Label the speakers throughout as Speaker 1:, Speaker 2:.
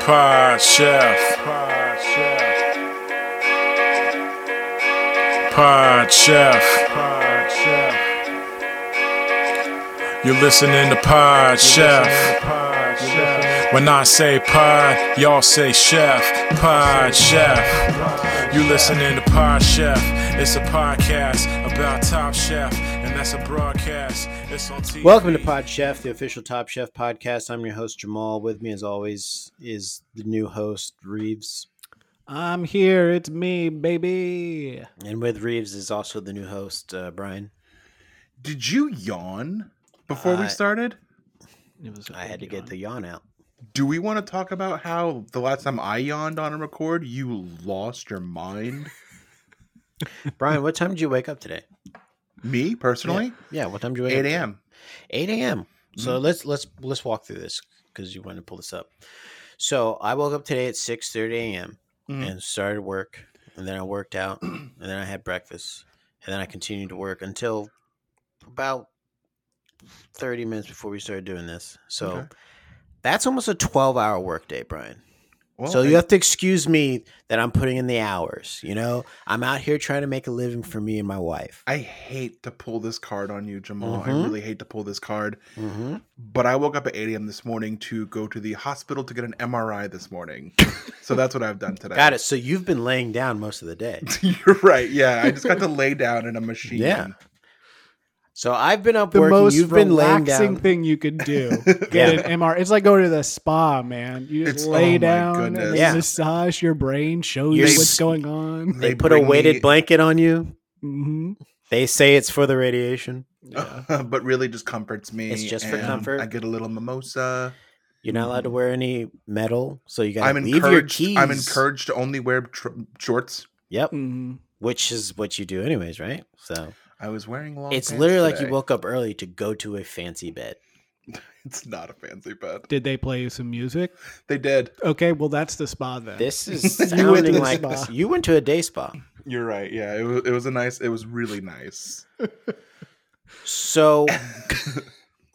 Speaker 1: Pod Chef. Pod Chef. You're listening to Pod Chef. When I say pod, y'all say chef. Pod Chef. You listening to Pod Chef. It's a podcast about Top Chef, and that's a broadcast. It's on TV.
Speaker 2: Welcome to Pod Chef, the official Top Chef podcast. I'm your host Jamal. With me, as always, is the new host Reeves,
Speaker 3: I'm here. It's me, baby.
Speaker 2: and with Reeves is also the new host uh, Brian.
Speaker 4: Did you yawn before
Speaker 2: Uh,
Speaker 4: we started?
Speaker 3: It was a
Speaker 2: I had to
Speaker 3: big
Speaker 2: get the
Speaker 3: yawn.
Speaker 2: yawn out.
Speaker 4: Do we want to talk about how the last time I yawned on a record, you lost your mind?
Speaker 2: Brian, what time did you wake up today?
Speaker 4: Me personally,
Speaker 2: Yeah, what time did you wake up?
Speaker 4: eight
Speaker 2: today?
Speaker 4: a.m.
Speaker 2: 8 a.m. So
Speaker 4: Mm-hmm.
Speaker 2: let's let's let's walk through this because you want to pull this up. So I woke up today at 6 30 a.m.
Speaker 4: Mhm.
Speaker 2: and started work, and then I worked out, and then I had breakfast, and then I continued to work until about 30 minutes before we started doing this. So
Speaker 4: Okay.
Speaker 2: that's almost a 12 hour workday, Brian.
Speaker 4: Well,
Speaker 2: so
Speaker 4: thank-
Speaker 2: you have to excuse me that I'm putting in the hours. You know, I'm out here trying to make a living for me and my wife.
Speaker 4: I hate to pull this card on you, Jamal.
Speaker 2: Mhm.
Speaker 4: I really hate to pull this card.
Speaker 2: hmm
Speaker 4: But I woke up at 8 a.m. this morning to go to the hospital to get an MRI this morning. so that's what I've done today.
Speaker 2: Got it. So you've been laying down most of the day.
Speaker 4: You're right. Yeah. I just got to lay down in a machine.
Speaker 2: Yeah. So I've been up
Speaker 3: The
Speaker 2: working.
Speaker 3: most
Speaker 2: You've been laying
Speaker 3: relaxing
Speaker 2: down.
Speaker 3: thing you could do. Get
Speaker 2: Yeah.
Speaker 3: an MR. It's like going to the spa, man. You just
Speaker 4: It's- oh
Speaker 3: lay
Speaker 4: my
Speaker 3: down and
Speaker 4: goodness.
Speaker 3: they
Speaker 2: Yeah.
Speaker 3: massage your brain, show
Speaker 2: You're
Speaker 3: you
Speaker 2: s-
Speaker 3: what's going on.
Speaker 2: They, put a
Speaker 4: bring
Speaker 2: weighted
Speaker 4: me-
Speaker 2: blanket on you.
Speaker 3: hmm
Speaker 2: They say it's for the radiation.
Speaker 3: Yeah.
Speaker 4: but really just comforts me.
Speaker 2: It's just for
Speaker 4: and
Speaker 2: comfort.
Speaker 4: I get a little mimosa.
Speaker 2: You're not allowed to wear any metal, so you got
Speaker 4: Mm-hmm. I'm
Speaker 2: to leave your
Speaker 4: encouraged.
Speaker 2: keys.
Speaker 4: I'm encouraged to only wear tr- shorts.
Speaker 2: Yep,
Speaker 3: Mhm.
Speaker 2: which is what you do anyways, right? So
Speaker 4: I was wearing long.
Speaker 2: it's
Speaker 4: pants
Speaker 2: literally like you
Speaker 4: today.
Speaker 2: woke up early to go to a fancy bed.
Speaker 4: It's not a fancy bed.
Speaker 3: Did they play you some music?
Speaker 4: They did.
Speaker 3: Okay, well that's the spa then.
Speaker 2: This
Speaker 4: You
Speaker 2: is
Speaker 4: went to
Speaker 2: sounding
Speaker 3: the
Speaker 2: like
Speaker 3: spa.
Speaker 2: you went to a day spa.
Speaker 4: You're right. Yeah, it was. It was a nice. It was really nice.
Speaker 2: So,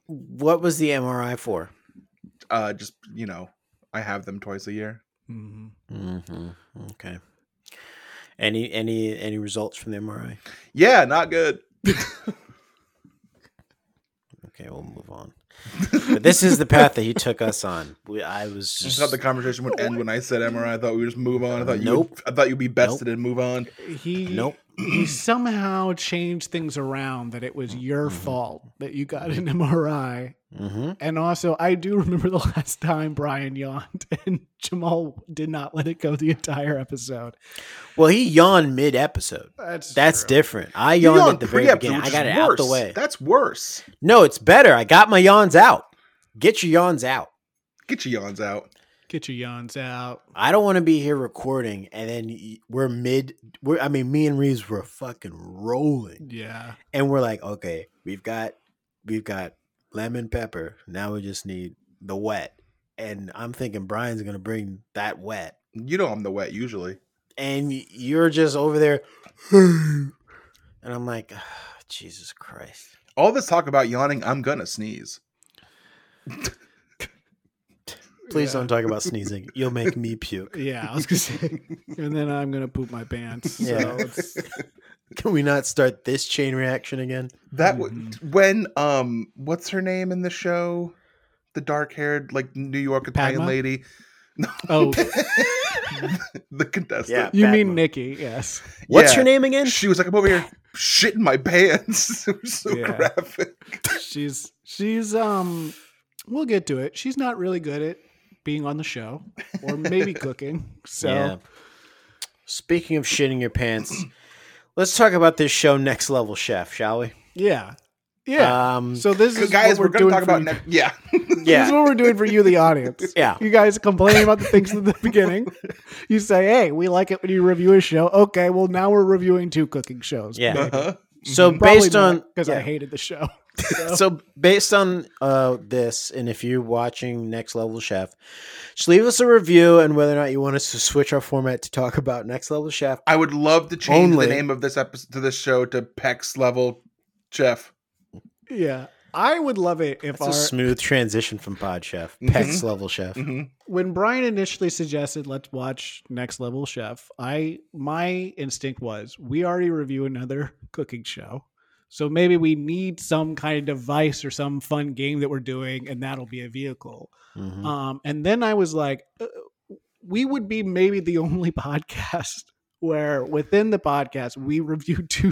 Speaker 2: what was the MRI for?
Speaker 4: Uh, just you know, I have them twice a year.
Speaker 3: Mhm.
Speaker 2: Mm-hmm. Okay. Any any any results from the MRI?
Speaker 4: Yeah, not good.
Speaker 2: Okay, we'll move on. but this is the path that he took us on. We, I was
Speaker 4: I
Speaker 2: just
Speaker 4: thought the conversation would end when I said MRI. I thought we would just move on. I thought you.
Speaker 2: Nope.
Speaker 4: Would, I thought you'd be bested and move on.
Speaker 3: He
Speaker 2: nope.
Speaker 3: he somehow changed things around that it was your
Speaker 2: Mm-hmm.
Speaker 3: fault that you got an MRI
Speaker 2: hmm
Speaker 3: And also, I do remember the last time Brian yawned and Jamal did not let it go the entire episode.
Speaker 2: Well, he yawned mid episode.
Speaker 3: That's
Speaker 2: That's
Speaker 3: true.
Speaker 2: different. I
Speaker 4: You
Speaker 2: yawned,
Speaker 4: yawned
Speaker 2: at the very
Speaker 4: pre-episode,
Speaker 2: beginning. I
Speaker 4: which
Speaker 2: got
Speaker 4: is
Speaker 2: it out the
Speaker 4: worse.
Speaker 2: way.
Speaker 4: That's worse.
Speaker 2: No, it's better. I got my yawns out. Get your yawns out.
Speaker 4: Get your yawns out.
Speaker 3: Get your yawns out.
Speaker 2: I don't want to be here recording and then y- we're mid. We're, I mean, me and Reeves were fucking rolling,
Speaker 3: Yeah,
Speaker 2: and we're like, okay, we've got we've got lemon pepper. Now we just need the wet. And I'm thinking Brian's gonna bring that wet.
Speaker 4: You know I'm the wet usually.
Speaker 2: and you're just over there and i'm like "Ah, jesus christ
Speaker 4: All this talk about yawning, I'm gonna sneeze.
Speaker 2: please
Speaker 3: Yeah.
Speaker 2: don't talk about sneezing you'll make me puke
Speaker 3: yeah. I was gonna say, and then I'm gonna poop my pants. So
Speaker 2: Yeah.
Speaker 3: it's,
Speaker 2: can we not start this chain reaction again
Speaker 4: That
Speaker 2: Mm-hmm.
Speaker 4: w- when um, what's her name in the show? The dark-haired, like New York Italian
Speaker 3: Padma?
Speaker 4: lady,
Speaker 3: oh,
Speaker 4: the contestant.
Speaker 3: you
Speaker 2: Bad
Speaker 3: mean
Speaker 2: one.
Speaker 3: Nikki? Yes.
Speaker 2: what's
Speaker 4: Yeah.
Speaker 2: her name again
Speaker 4: She was like, "I'm over here shitting my pants." it was so
Speaker 3: Yeah.
Speaker 4: graphic.
Speaker 3: She's she's um. We'll get to it. She's not really good at being on the show or maybe cooking. So
Speaker 2: Yeah. speaking of shitting your pants let's talk about this show next level chef shall we
Speaker 3: yeah, yeah.
Speaker 2: um
Speaker 3: so this is what
Speaker 4: Guys,
Speaker 3: we're,
Speaker 4: we're,
Speaker 3: doing
Speaker 4: gonna talk
Speaker 3: for
Speaker 4: about
Speaker 3: you
Speaker 4: next. Yeah,
Speaker 3: This is what we're doing for you, the audience.
Speaker 2: Yeah.
Speaker 3: You guys complain about the things at the beginning. You say, hey, we like it when you review a show. Okay, well, now we're reviewing two cooking shows.
Speaker 2: Yeah.
Speaker 4: uh-huh.
Speaker 2: so based on
Speaker 3: Because I
Speaker 2: yeah.
Speaker 3: hated the show.
Speaker 2: so based on uh, this and if you're watching next level chef just leave us a review and whether or not you want us to switch our format to talk about next level chef
Speaker 4: I would love to change
Speaker 2: Only-
Speaker 4: the name of this episode to this show to Peck's Level Chef.
Speaker 3: Yeah. I would love it if
Speaker 2: It's a
Speaker 3: our
Speaker 2: smooth transition from Pod Chef,
Speaker 4: Mhm.
Speaker 2: Next Level Chef.
Speaker 4: Mhm.
Speaker 3: when Brian initially suggested let's watch Next Level Chef, I my instinct was we already review another cooking show. So maybe we need some kind of device or some fun game that we're doing and that'll be a vehicle.
Speaker 4: Mm-hmm.
Speaker 2: Mhm.
Speaker 3: Um and then I was like uh, we would be maybe the only podcast where within the podcast we review two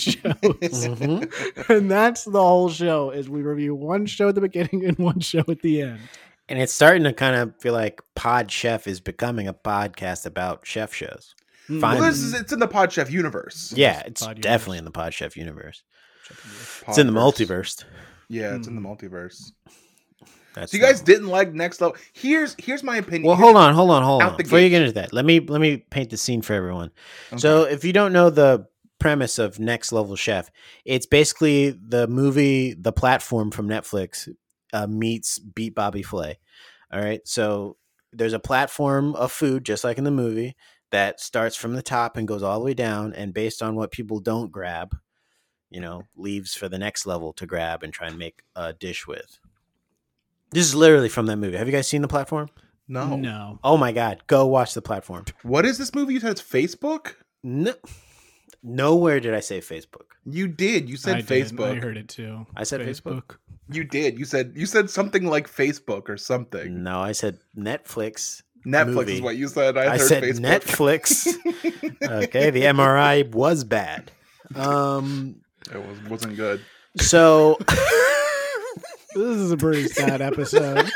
Speaker 3: shows.
Speaker 4: Mm-hmm.
Speaker 2: Mhm.
Speaker 3: and that's the whole show is we review one show at the beginning and one show at the end.
Speaker 2: And it's starting to kind of feel like Pod Chef is becoming a podcast about chef shows.
Speaker 4: Well,
Speaker 2: Fine.
Speaker 4: this Mm. is it's in the Pod Chef universe.
Speaker 2: Yeah,
Speaker 3: Pod
Speaker 2: it's
Speaker 3: universe.
Speaker 2: definitely in the Pod Chef universe.
Speaker 4: Podverse.
Speaker 2: It's in the multiverse.
Speaker 4: Yeah, it's in the
Speaker 3: Mm-hmm.
Speaker 4: multiverse.
Speaker 2: That's
Speaker 4: So you guys
Speaker 2: not-
Speaker 4: didn't like Next Level. Here's here's my opinion.
Speaker 2: Well,
Speaker 4: Here's-
Speaker 2: hold on, hold on, hold
Speaker 4: Out
Speaker 2: on.
Speaker 4: the
Speaker 2: Before you
Speaker 4: gate.
Speaker 2: get into that, let me let me paint the scene for everyone.
Speaker 4: Okay.
Speaker 2: So, if you don't know the premise of Next Level Chef, it's basically the movie The Platform from Netflix uh, meets Beat Bobby Flay. All right, so there's a platform of food, just like in the movie, that starts from the top and goes all the way down, and based on what people don't grab, you know, leaves for the next level to grab and try and make a dish with. This is literally from that movie. Have you guys seen The Platform?
Speaker 4: no.
Speaker 3: No.
Speaker 2: Oh my god, go watch the platform.
Speaker 4: What is this movie? You said it's Facebook.
Speaker 2: No, nowhere did I say Facebook.
Speaker 4: You did. You said
Speaker 3: I did.
Speaker 4: Facebook.
Speaker 3: I heard it too.
Speaker 2: I said Facebook.
Speaker 4: You did. You said you said something like Facebook or something.
Speaker 2: No, I said Netflix.
Speaker 4: Netflix
Speaker 2: movie.
Speaker 4: is what you said. I,
Speaker 2: I,
Speaker 4: heard
Speaker 2: said
Speaker 4: Facebook.
Speaker 2: Netflix. okay, the MRI was bad. Um,
Speaker 4: It was wasn't good.
Speaker 2: so
Speaker 3: This is a pretty sad episode.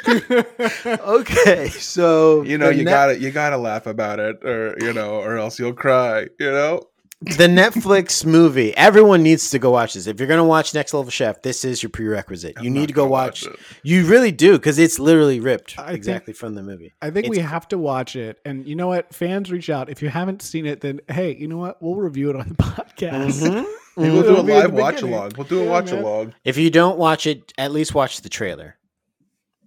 Speaker 2: okay, so
Speaker 4: You know,
Speaker 2: the
Speaker 4: you
Speaker 2: Net-
Speaker 4: gotta you gotta laugh about it, or you know, or else you'll cry. You know.
Speaker 2: the Netflix movie. Everyone needs to go watch this. If you're gonna watch Next Level Chef, this is your prerequisite. you
Speaker 4: I'm not
Speaker 2: need to go
Speaker 4: gonna
Speaker 2: watch.
Speaker 4: it.
Speaker 2: you really do because it's literally ripped
Speaker 3: I think-
Speaker 2: exactly from the movie.
Speaker 3: I think
Speaker 2: It's
Speaker 3: we have to watch it. And you know what? Fans reach out. If you haven't seen it, then hey, you know what? We'll review it on the podcast.
Speaker 2: Mm-hmm.
Speaker 4: Maybe we'll do a
Speaker 3: It'll be at the
Speaker 4: live watch
Speaker 3: beginning.
Speaker 4: along. We'll do a
Speaker 3: Yeah,
Speaker 4: watch
Speaker 3: man.
Speaker 4: along.
Speaker 2: If you don't watch it, at least watch the trailer.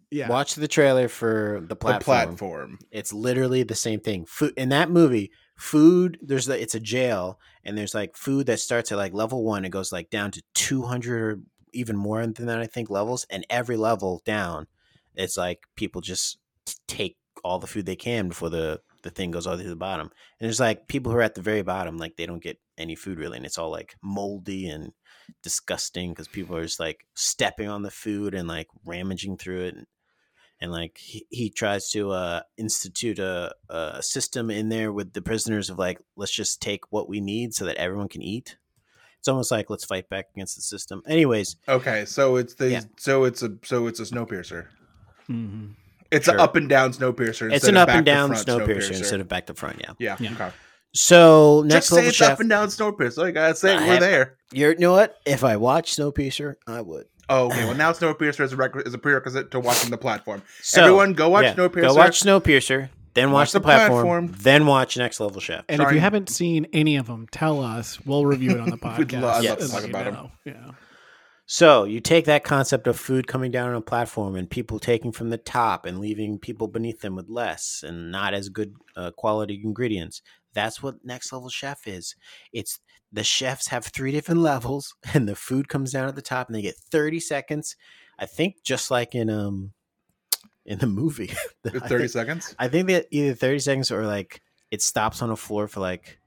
Speaker 3: Yeah.
Speaker 2: Watch the trailer for the
Speaker 4: The
Speaker 2: platform.
Speaker 4: platform.
Speaker 2: It's literally the same thing. Food in that movie, food there's the, it's a jail and there's like food that starts at like level 1 it goes like down to 200 or even more than that I think levels and every level down it's like people just t- take all the food they can before the the thing goes all the way to the bottom. And there's like people who are at the very bottom like they don't get any food really and it's all like moldy and disgusting because people are just like stepping on the food and like ramaging through it. And, like he, he tries to uh, institute a, a system in there with the prisoners of like, let's just take what we need so that everyone can eat. It's almost like let's fight back against the system. Anyways,
Speaker 4: Okay, so it's the
Speaker 2: Yeah.
Speaker 4: so it's a so it's a snowpiercer.
Speaker 3: Mhm.
Speaker 4: It's
Speaker 2: Sure.
Speaker 4: an up and down snowpiercer.
Speaker 2: it's
Speaker 4: instead
Speaker 2: an up
Speaker 4: of
Speaker 2: and
Speaker 4: back to
Speaker 2: down
Speaker 4: front
Speaker 2: snow piercer instead of back to front. Yeah.
Speaker 4: yeah.
Speaker 3: Yeah.
Speaker 4: Okay.
Speaker 2: So next
Speaker 4: Just say
Speaker 2: level
Speaker 4: it's
Speaker 2: chef,
Speaker 4: up and down snowpiercer. Like I say,
Speaker 2: I
Speaker 4: we're
Speaker 2: have-
Speaker 4: there.
Speaker 2: you're you know what? If I watched Snowpiercer, I would.
Speaker 4: Oh, okay. Well, now Snowpiercer is a, requ- is a prerequisite to watching the platform.
Speaker 2: So,
Speaker 4: Everyone, go watch
Speaker 2: yeah,
Speaker 4: Snowpiercer.
Speaker 2: Go watch Snowpiercer, then watch,
Speaker 4: Watch
Speaker 2: the,
Speaker 4: the
Speaker 2: platform,
Speaker 4: platform.
Speaker 2: then watch Next Level Chef.
Speaker 3: And if
Speaker 4: Sorry.
Speaker 3: you haven't seen any of them, tell us. We'll review it on the podcast.
Speaker 4: We'd love-
Speaker 2: I'd love to
Speaker 3: and
Speaker 2: talk
Speaker 3: let you
Speaker 4: about 'em.
Speaker 3: know. Yeah.
Speaker 2: So you take that concept of food coming down on a platform and people taking from the top and leaving people beneath them with less and not as good uh, quality ingredients. That's what next level chef is. It's the chefs have three different levels and the food comes down at the top and they get 30 seconds. I think just like in um in the movie.
Speaker 4: It's
Speaker 2: I
Speaker 4: 30
Speaker 2: think-
Speaker 4: seconds.
Speaker 2: I think that either 30 seconds or like it stops on a floor for like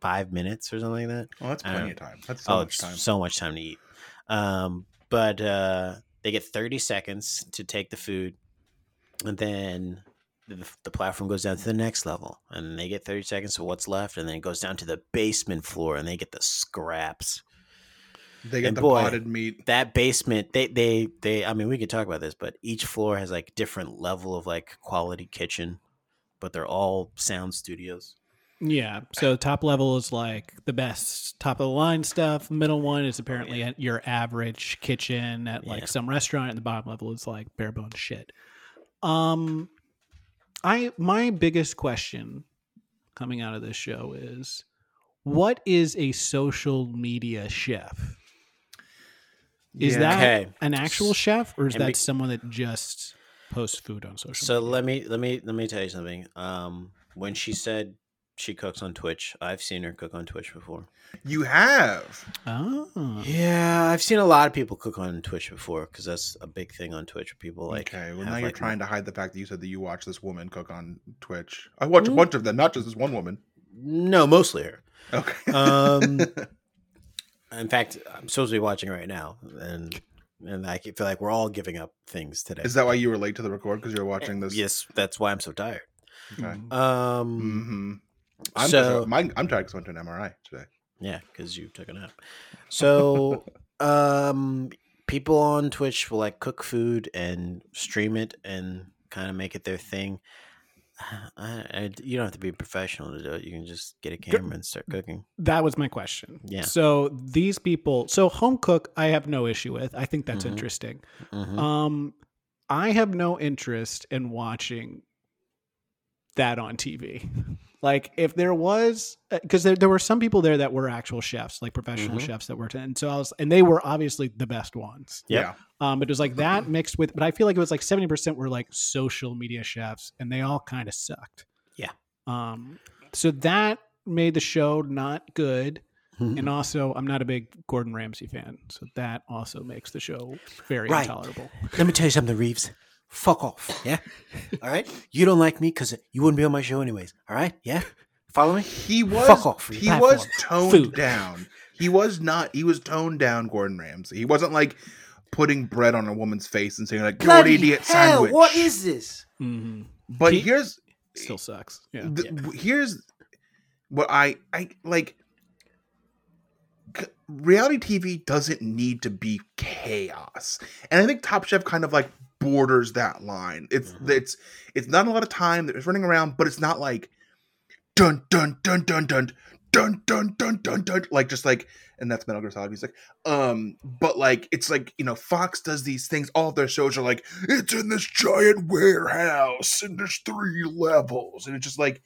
Speaker 2: 5 minutes or something like that
Speaker 4: Oh, that's
Speaker 2: I don't
Speaker 4: plenty
Speaker 2: know.
Speaker 4: of time. That's so
Speaker 2: oh,
Speaker 4: much
Speaker 2: it's
Speaker 4: time.
Speaker 2: so much time to eat. Um, but uh, they get 30 seconds to take the food, and then the, the platform goes down to the next level, and they get 30 seconds of what's left, and then it goes down to the basement floor, and they get the scraps.
Speaker 4: They get
Speaker 2: and
Speaker 4: the
Speaker 2: boy.
Speaker 4: potted meat.
Speaker 2: That basement, they, they, they. I mean, we could talk about this, but each floor has like different level of like quality kitchen, but they're all sound studios.
Speaker 3: Yeah. So top level is like the best top of the line stuff. Middle one is apparently at your average kitchen at like
Speaker 2: Yeah.
Speaker 3: some restaurant, and the bottom level is like bare bones shit. Um, I my biggest question coming out of this show is, what is a social media chef? Is
Speaker 4: Yeah.
Speaker 3: that
Speaker 2: Okay.
Speaker 3: an actual chef, or is
Speaker 2: And
Speaker 3: that
Speaker 2: be-
Speaker 3: someone that just posts food on social?
Speaker 2: So let me let me let me tell you something. Um, when she said She cooks on Twitch. I've seen her cook on Twitch before.
Speaker 4: You have.
Speaker 3: Oh.
Speaker 2: Yeah, I've seen a lot of people cook on Twitch before because that's a big thing on Twitch. People like
Speaker 4: okay. Well,
Speaker 2: have,
Speaker 4: now you're
Speaker 2: like,
Speaker 4: trying to hide the fact that you said that you watch this woman cook on Twitch. I watch a bunch of them, not just this one woman.
Speaker 2: No, mostly her.
Speaker 4: Okay.
Speaker 2: Um, in fact, I'm supposed to be watching right now, and and I feel like we're all giving up things today.
Speaker 4: Is that why you were late to the record? Because you're watching this? Hmm.
Speaker 2: Yes, that's why I'm so tired.
Speaker 4: Okay.
Speaker 2: Um,
Speaker 4: Mm-hmm. I'm,
Speaker 2: So-
Speaker 4: my, I'm tired because I went to an MRI today.
Speaker 2: yeah, because you took a nap. So, um, people on Twitch will like cook food and stream it and kind of make it their thing. I, I, you don't have to be a professional to do it. You can just get a camera and start cooking.
Speaker 3: That was my question.
Speaker 2: Yeah.
Speaker 3: So these people, so home cook, I have no issue with. I think that's
Speaker 2: Mhm.
Speaker 3: interesting.
Speaker 2: Mhm.
Speaker 3: Um, I have no interest in watching that on TV. Like if there was, because there, there were some people there that were actual chefs, like professional
Speaker 2: Mhm.
Speaker 3: chefs that worked, in, and so I was, and they were obviously the best ones.
Speaker 2: Yep.
Speaker 4: Yeah.
Speaker 3: Um, it was like that mixed with, but I feel like it was like seventy percent were like social media chefs, and they all kind of sucked.
Speaker 2: Yeah.
Speaker 3: Um, so that made the show not good, and also I'm not a big Gordon Ramsay fan, so that also makes the show very
Speaker 2: Right.
Speaker 3: intolerable.
Speaker 2: Let me tell you something, Reeves. Fuck off. Yeah. All right. You don't like me because you wouldn't be on my show anyways. All right. Yeah. Follow me.
Speaker 4: He was
Speaker 2: Fuck off for your
Speaker 4: he
Speaker 2: platform.
Speaker 4: was toned
Speaker 3: Food.
Speaker 4: down. He was not he was toned down Gordon Ramsay. He wasn't like putting bread on a woman's face and saying like you're an
Speaker 2: Bloody
Speaker 4: idiot
Speaker 2: hell,
Speaker 4: sandwich.
Speaker 2: What is this?
Speaker 3: Mm-hmm.
Speaker 4: But
Speaker 3: He-
Speaker 4: here's
Speaker 3: Still sucks. Yeah.
Speaker 4: th- w- here's what I I like c- reality TV doesn't need to be chaos. And I think Top Chef kind of like borders that line. It's
Speaker 2: Mhm.
Speaker 4: it's it's not a lot of time that is running around, but it's not like dun dun dun dun dun dun dun dun dun dun like just like and that's Metal Gear Solid music. Um, but like it's like you know Fox does these things. All of their shows are like it's in this giant warehouse and there's three levels, and it's just like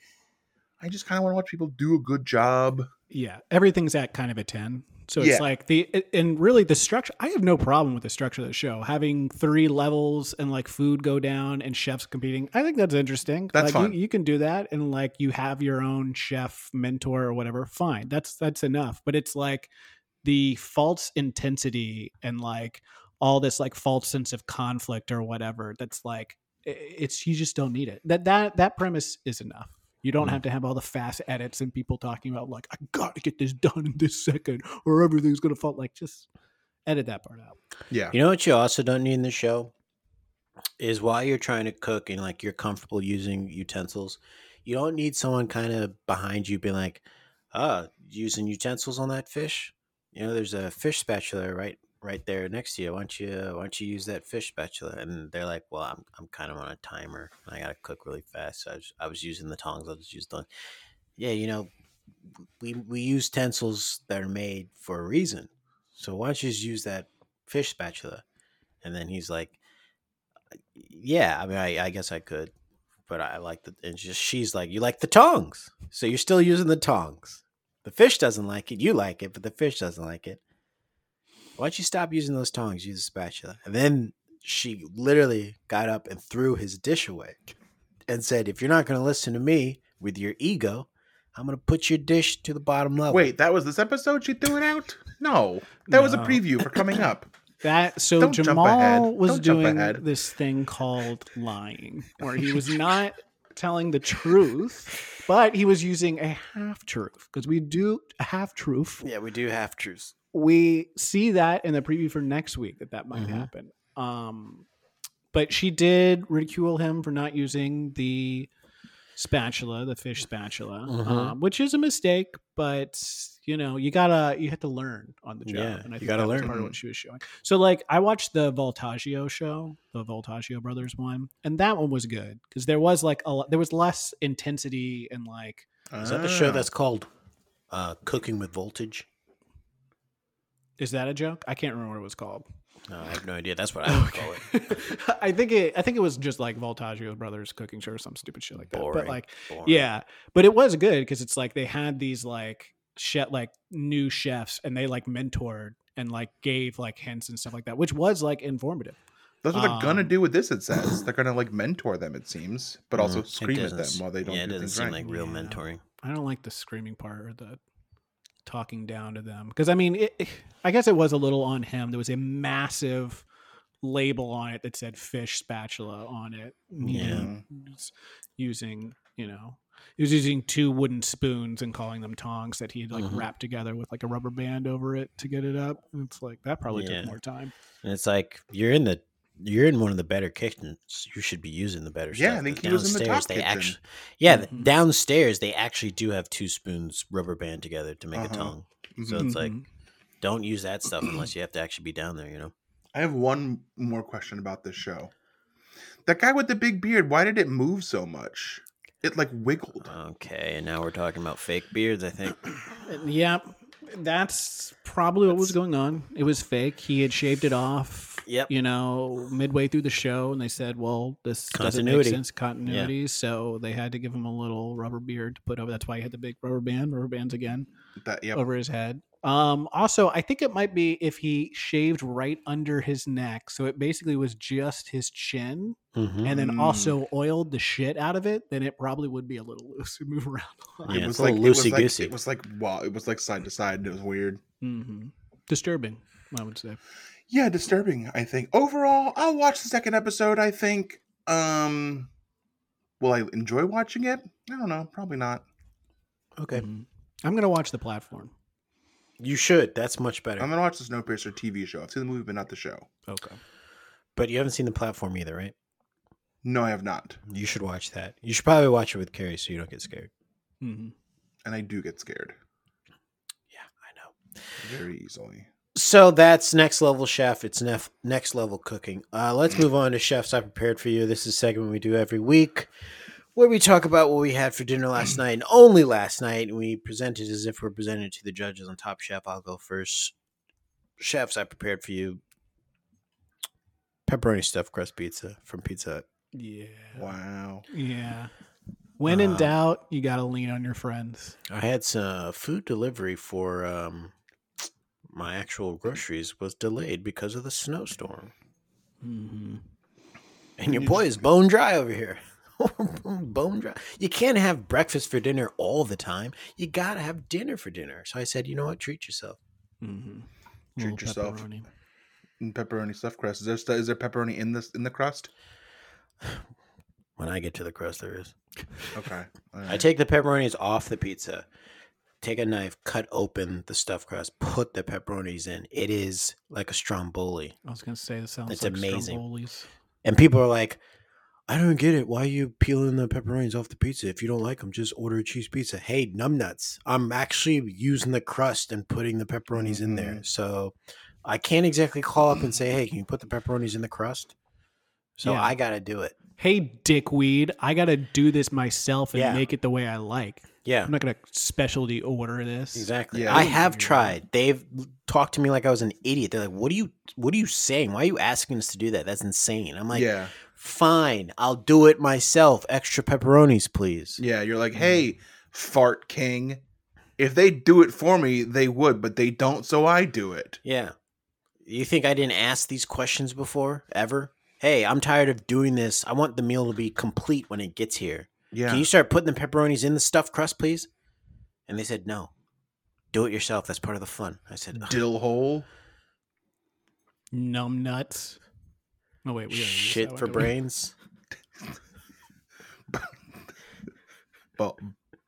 Speaker 4: I just kind of want to watch people do a good job.
Speaker 3: Yeah. Everything's at kind of a 10. So it's
Speaker 4: Yeah.
Speaker 3: like the, and really the structure, I have no problem with the structure of the show. Having three levels and like food go down and chefs competing. I think that's interesting.
Speaker 4: That's
Speaker 3: like
Speaker 4: fun.
Speaker 3: You, you can do that. And like you have your own chef mentor or whatever. Fine. That's, that's enough. But it's like the false intensity and like all this like false sense of conflict or whatever. That's like, i- it's, you just don't need it. That, that, that premise is enough. You don't
Speaker 2: Mhm.
Speaker 3: have to have all the fast edits and people talking about like I got to get this done in this second or everything's gonna fall. Like just edit that part out.
Speaker 4: Yeah,
Speaker 2: You know what you also don't need in the show is while you're trying to cook and like you're comfortable using utensils, you don't need someone kind of behind you being like, "Ah, using utensils on that fish." You know, there's a fish spatula right right there next to you. Why don't you why don't you use that fish spatula? And they're like, "Well, I'm I'm kind of on a timer and I gotta cook really fast. So I was I was using the tongs. I'll just use the yeah. You know, we we use utensils that are made for a reason. So why don't you just use that fish spatula. And then he's like, Yeah, I mean, I, I guess I could, but I like the, and just, she's like, You like the tongs. So you're still using the tongs. The fish doesn't like it. You like it, but the fish doesn't like it. Why don't you stop using those tongs? Use a spatula. And then she literally got up and threw his dish away and said, If you're not going to listen to me with your ego, I'm going to put your dish to the bottom level.
Speaker 4: wait, that was this episode. She threw it out. No, that was a
Speaker 3: No.
Speaker 4: preview for coming up.
Speaker 3: That so
Speaker 4: Don't jump ahead.
Speaker 3: Jamal was
Speaker 4: Don't jump
Speaker 3: doing
Speaker 4: ahead.
Speaker 3: this thing called lying, where he was not telling the truth, but he was using a half truth because we do a half truth.
Speaker 2: Yeah, we do have truths.
Speaker 3: we see that in the preview for next week that that might
Speaker 2: Mhm.
Speaker 3: happen. Um, but she did ridicule him for not using the spatula, the fish spatula,
Speaker 2: Mhm.
Speaker 3: um, which is a mistake. But you know, you gotta you have to learn on the job,
Speaker 2: Yeah,
Speaker 3: and I
Speaker 2: you
Speaker 3: think
Speaker 2: gotta
Speaker 3: that
Speaker 2: learn.
Speaker 3: was
Speaker 2: Mm-hmm.
Speaker 3: part of what she was showing. So, like, I watched the Voltaggio show, the Voltaggio brothers one, and that one was good because there was like a lot, there was less intensity and like
Speaker 2: Is that the show
Speaker 4: Ah.
Speaker 2: that's called uh, Cooking with Voltage?
Speaker 3: is that a joke? I can't remember what it was called.
Speaker 2: No, I have no idea. That's what I would call it.
Speaker 3: I think it. I think it was just like Voltaggio Brothers cooking show or some stupid shit like that. But
Speaker 2: Boring.
Speaker 3: like,
Speaker 2: Boring.
Speaker 3: yeah, but it was good because it's like they had these like shit like new chefs and they like mentored and like gave like hints and stuff like that, which was like informative.
Speaker 4: That's what they're gonna
Speaker 3: Um,
Speaker 4: do with this. It says they're gonna like mentor them. It seems, but also
Speaker 2: Mm, It
Speaker 4: scream at
Speaker 2: doesn't
Speaker 4: them
Speaker 2: s-
Speaker 4: while they don't.
Speaker 2: Yeah, it
Speaker 4: do
Speaker 2: doesn't
Speaker 4: things
Speaker 2: seem
Speaker 4: right.
Speaker 2: like real
Speaker 3: Yeah.
Speaker 2: mentoring.
Speaker 3: I don't like the screaming part or the talking down to them because I mean, it, I guess it was a little on him. There was a massive label on it that said "fish spatula" on it. you
Speaker 2: Yeah.
Speaker 3: know,
Speaker 4: Mm.
Speaker 3: s- using you know, he was using two wooden spoons and calling them tongs that he had like
Speaker 2: Mhm.
Speaker 3: wrapped together with like a rubber band over it to get it up. And It's like that probably
Speaker 2: Yeah.
Speaker 3: took more time.
Speaker 2: And it's like you're in the you're in one of the better kitchens. You should be using the better
Speaker 4: Yeah, I
Speaker 2: stuff.
Speaker 4: think
Speaker 2: But
Speaker 4: he was in the
Speaker 2: downstairs,
Speaker 4: top
Speaker 2: they
Speaker 4: kitchen.
Speaker 2: Actually, yeah, th-
Speaker 3: Mhm.
Speaker 2: downstairs they actually do have two spoons rubber band together to make
Speaker 4: Uh-huh.
Speaker 2: a tongue.
Speaker 4: Mhm.
Speaker 2: So it's like
Speaker 3: Mhm.
Speaker 2: don't use that stuff unless you have to actually be down there. You know.
Speaker 4: I have one more question about this show. That guy with the big beard, why did it move so much? It like wiggled.
Speaker 2: Uh, Okay, and now we're talking about fake beards. I think.
Speaker 3: yeah, that's probably what was going on. It was fake. He had shaved it off.
Speaker 2: Yep.
Speaker 3: You know, midway through the show, and they said, "Well, this doesn't
Speaker 2: Continuity.
Speaker 3: make sense continuity." So they had to give him a little rubber beard to put over. That's why he had the big rubber band, rubber bands again
Speaker 4: That yep.
Speaker 3: over his head. Um, also, I think it might be if he shaved right under his neck, so it basically was just his chin,
Speaker 2: Mhm.
Speaker 3: and then
Speaker 4: Mm.
Speaker 3: also oiled the shit out of it. Then it probably would be a little loose and move around a lot.
Speaker 2: Yeah, it's
Speaker 4: it was
Speaker 2: a
Speaker 4: like it
Speaker 2: little
Speaker 4: was like,
Speaker 2: loosey-goosey.
Speaker 4: it was like wow, it was like side to side and it was weird.
Speaker 3: hmm Disturbing, I would say.
Speaker 4: Yeah, disturbing, I think. Overall, I'll watch the second episode, I think. Um Will I enjoy watching it? I don't know, probably not.
Speaker 2: Okay,
Speaker 3: Mhm. I'm gonna watch the platform.
Speaker 2: you should. That's much
Speaker 4: I'm
Speaker 2: better.
Speaker 4: gonna watch the Snowpiercer TV show. I've seen the movie but not the show.
Speaker 3: Okay.
Speaker 2: But you haven't seen the platform either, right?
Speaker 4: No, I have not.
Speaker 2: You should watch that. You should probably watch it with Carrie so you don't get scared.
Speaker 3: hmm
Speaker 4: And I do get scared
Speaker 2: Yeah, I know.
Speaker 4: very easily.
Speaker 2: So that's next level chef. It's nef- next level cooking. Uh, let's move on to chefs I prepared for you. This is a segment we do every week where we talk about what we had for dinner last night and only last night. And we present it as if we're presented to the judges on Top Chef. I'll go first. Chefs I prepared for you pepperoni stuffed crust pizza from Pizza Hut.
Speaker 3: Yeah.
Speaker 4: Wow.
Speaker 3: Yeah. When in
Speaker 2: Uh,
Speaker 3: doubt, you gotta lean on your friends.
Speaker 2: I had some food delivery for um, my actual groceries was delayed because of the snowstorm.
Speaker 3: Mm-hmm.
Speaker 2: And your boy is bone dry over here. bone dry. You can't have breakfast for dinner all the time. You gotta have dinner for dinner. So I said, you know what? Treat yourself.
Speaker 3: Mm-hmm.
Speaker 4: Treat yourself. And pepperoni stuffed crust. Is there stu- is there pepperoni in this in the crust?
Speaker 2: When I get to the crust, there is.
Speaker 4: Okay. All
Speaker 2: I
Speaker 4: right.
Speaker 2: take the pepperonis off the pizza. Take a knife, cut open the stuffed crust, put the pepperonis in. It is like a stromboli.
Speaker 3: I was gonna say this sounds
Speaker 2: It's
Speaker 3: like
Speaker 2: amazing.
Speaker 3: Stromboli's.
Speaker 2: And people are like, I don't get it. Why are you peeling the pepperonis off the pizza? If you don't like them, just order a cheese pizza. Hey, numbnuts, I'm actually using the crust and putting the pepperonis in there. So I can't exactly call up and say, hey, can you put the pepperonis in the crust? So
Speaker 3: Yeah.
Speaker 2: I got to do it.
Speaker 3: Hey, dickweed! I gotta do this myself and
Speaker 2: Yeah.
Speaker 3: make it the way I like.
Speaker 2: Yeah,
Speaker 3: I'm not gonna specialty order this.
Speaker 2: exactly.
Speaker 4: Yeah.
Speaker 2: I have tried. They've talked to me like I was an idiot. They're like, what are you, what are you saying? Why are you asking us to do that? That's insane. I'm like,
Speaker 4: yeah.
Speaker 2: fine, I'll do it myself. Extra pepperonis, please.
Speaker 4: Yeah. You're
Speaker 2: Mm.
Speaker 4: like, hey, fart king. If they do it for me, they would, but they don't, so I do it.
Speaker 2: Yeah. You think I didn't ask these questions before ever? Hey, I'm tired of doing this. I want the meal to be complete when it gets here.
Speaker 4: Yeah.
Speaker 2: Can you start putting the pepperonis in the stuffed crust, please? And they said, no. Do it yourself. That's part of the fun. I said, "Ugh,
Speaker 4: Dill hole.
Speaker 3: Numb nuts. No wait, we already used that
Speaker 2: shit
Speaker 3: one,
Speaker 2: for
Speaker 3: didn't we?
Speaker 2: brains.
Speaker 4: Ba-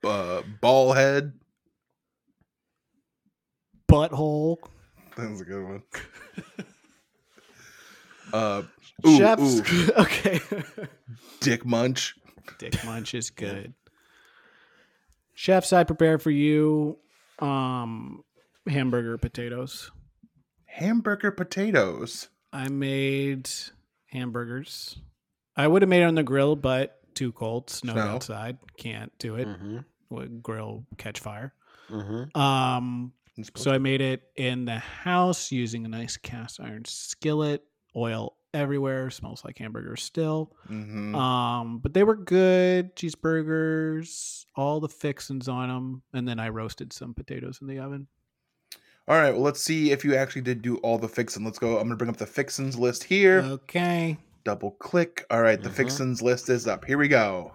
Speaker 4: uh, ball head.
Speaker 3: Butthole.
Speaker 4: That was a good one. uh, ooh,
Speaker 3: Chefs.
Speaker 4: ooh,
Speaker 3: okay.
Speaker 4: dick munch.
Speaker 3: Dick Munch is good. Chefs, I prepare for you um hamburger potatoes.
Speaker 4: Hamburger potatoes.
Speaker 3: I made hamburgers. I would have made it on the grill, but too cold, snow
Speaker 4: Snow.
Speaker 3: outside. Can't do it.
Speaker 2: Mm-hmm.
Speaker 3: Would Grill catch fire.
Speaker 2: Mm-hmm.
Speaker 3: Um,
Speaker 4: It's supposed
Speaker 3: so I made it in the house using a nice cast iron skillet, oil everywhere, smells like hamburgers still.
Speaker 4: to- Mhm.
Speaker 3: Um, but they were good cheeseburgers, all the fixins on them, and then I roasted some potatoes in the oven.
Speaker 4: All right, well, let's see if you actually did do all the fixins. Let's go. I'm gonna bring up the fixins list here.
Speaker 3: Okay.
Speaker 4: Double click. All right, the
Speaker 2: Mhm.
Speaker 4: fixins list is up. Here we go.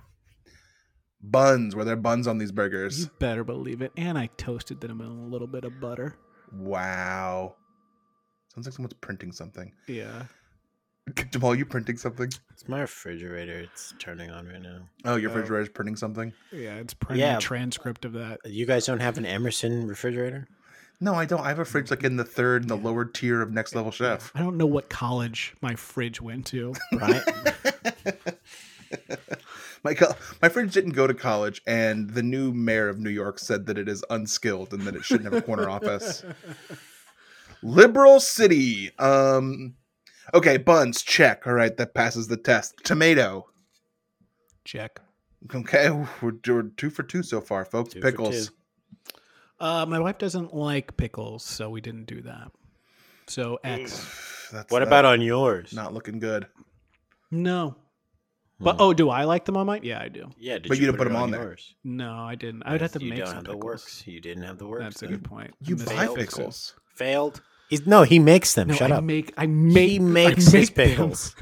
Speaker 4: buns. Were there buns on these burgers?
Speaker 3: You better believe it. And I toasted them in a little bit of butter.
Speaker 4: Wow. Sounds like someone's printing something.
Speaker 3: Yeah.
Speaker 4: Jamal, you printing something?
Speaker 2: It's my refrigerator. It's turning on right now.
Speaker 4: Oh, your
Speaker 3: Oh.
Speaker 4: refrigerator's printing something?
Speaker 3: Yeah, it's printing
Speaker 2: Yeah.
Speaker 3: a transcript of that.
Speaker 2: You guys don't have an Emerson refrigerator?
Speaker 4: No, I don't. I have a fridge like in the third and the lower tier of Next Level Chef.
Speaker 3: I don't know what college my fridge went to.
Speaker 2: Right?
Speaker 4: My co- my fridge didn't go to college, and the new mayor of New York said that it is unskilled and that it shouldn't have a corner office. Liberal city. Um, okay, buns check. All right, that passes the test. Tomato.
Speaker 3: Check.
Speaker 4: Okay, we're, we're two for two so far, folks.
Speaker 2: Two for
Speaker 4: Pickles.
Speaker 2: two.
Speaker 3: Uh, my wife doesn't like pickles, so we didn't do that. So X.
Speaker 4: That's
Speaker 2: What
Speaker 4: uh,
Speaker 2: about on yours?
Speaker 4: not looking good?
Speaker 3: No. But
Speaker 2: Hmm.
Speaker 3: oh, do I like them on mine? Yeah, I do.
Speaker 2: yeah, did
Speaker 4: but you didn't
Speaker 2: put
Speaker 4: put 'em
Speaker 2: it
Speaker 4: on there.
Speaker 2: yours?
Speaker 3: No, I didn't. I would have to
Speaker 2: you
Speaker 3: make
Speaker 2: don't
Speaker 3: some
Speaker 2: have
Speaker 3: pickles.
Speaker 2: the works. You didn't have the works.
Speaker 3: That's a
Speaker 2: then.
Speaker 3: good point.
Speaker 4: You
Speaker 3: I
Speaker 4: buy
Speaker 3: missed-
Speaker 2: failed.
Speaker 4: pickles.
Speaker 2: Failed. He's no, he makes them.
Speaker 3: No,
Speaker 2: Shut
Speaker 3: I
Speaker 2: up.
Speaker 3: make. I make.
Speaker 2: he
Speaker 3: I
Speaker 2: makes his
Speaker 3: make them.
Speaker 2: pickles.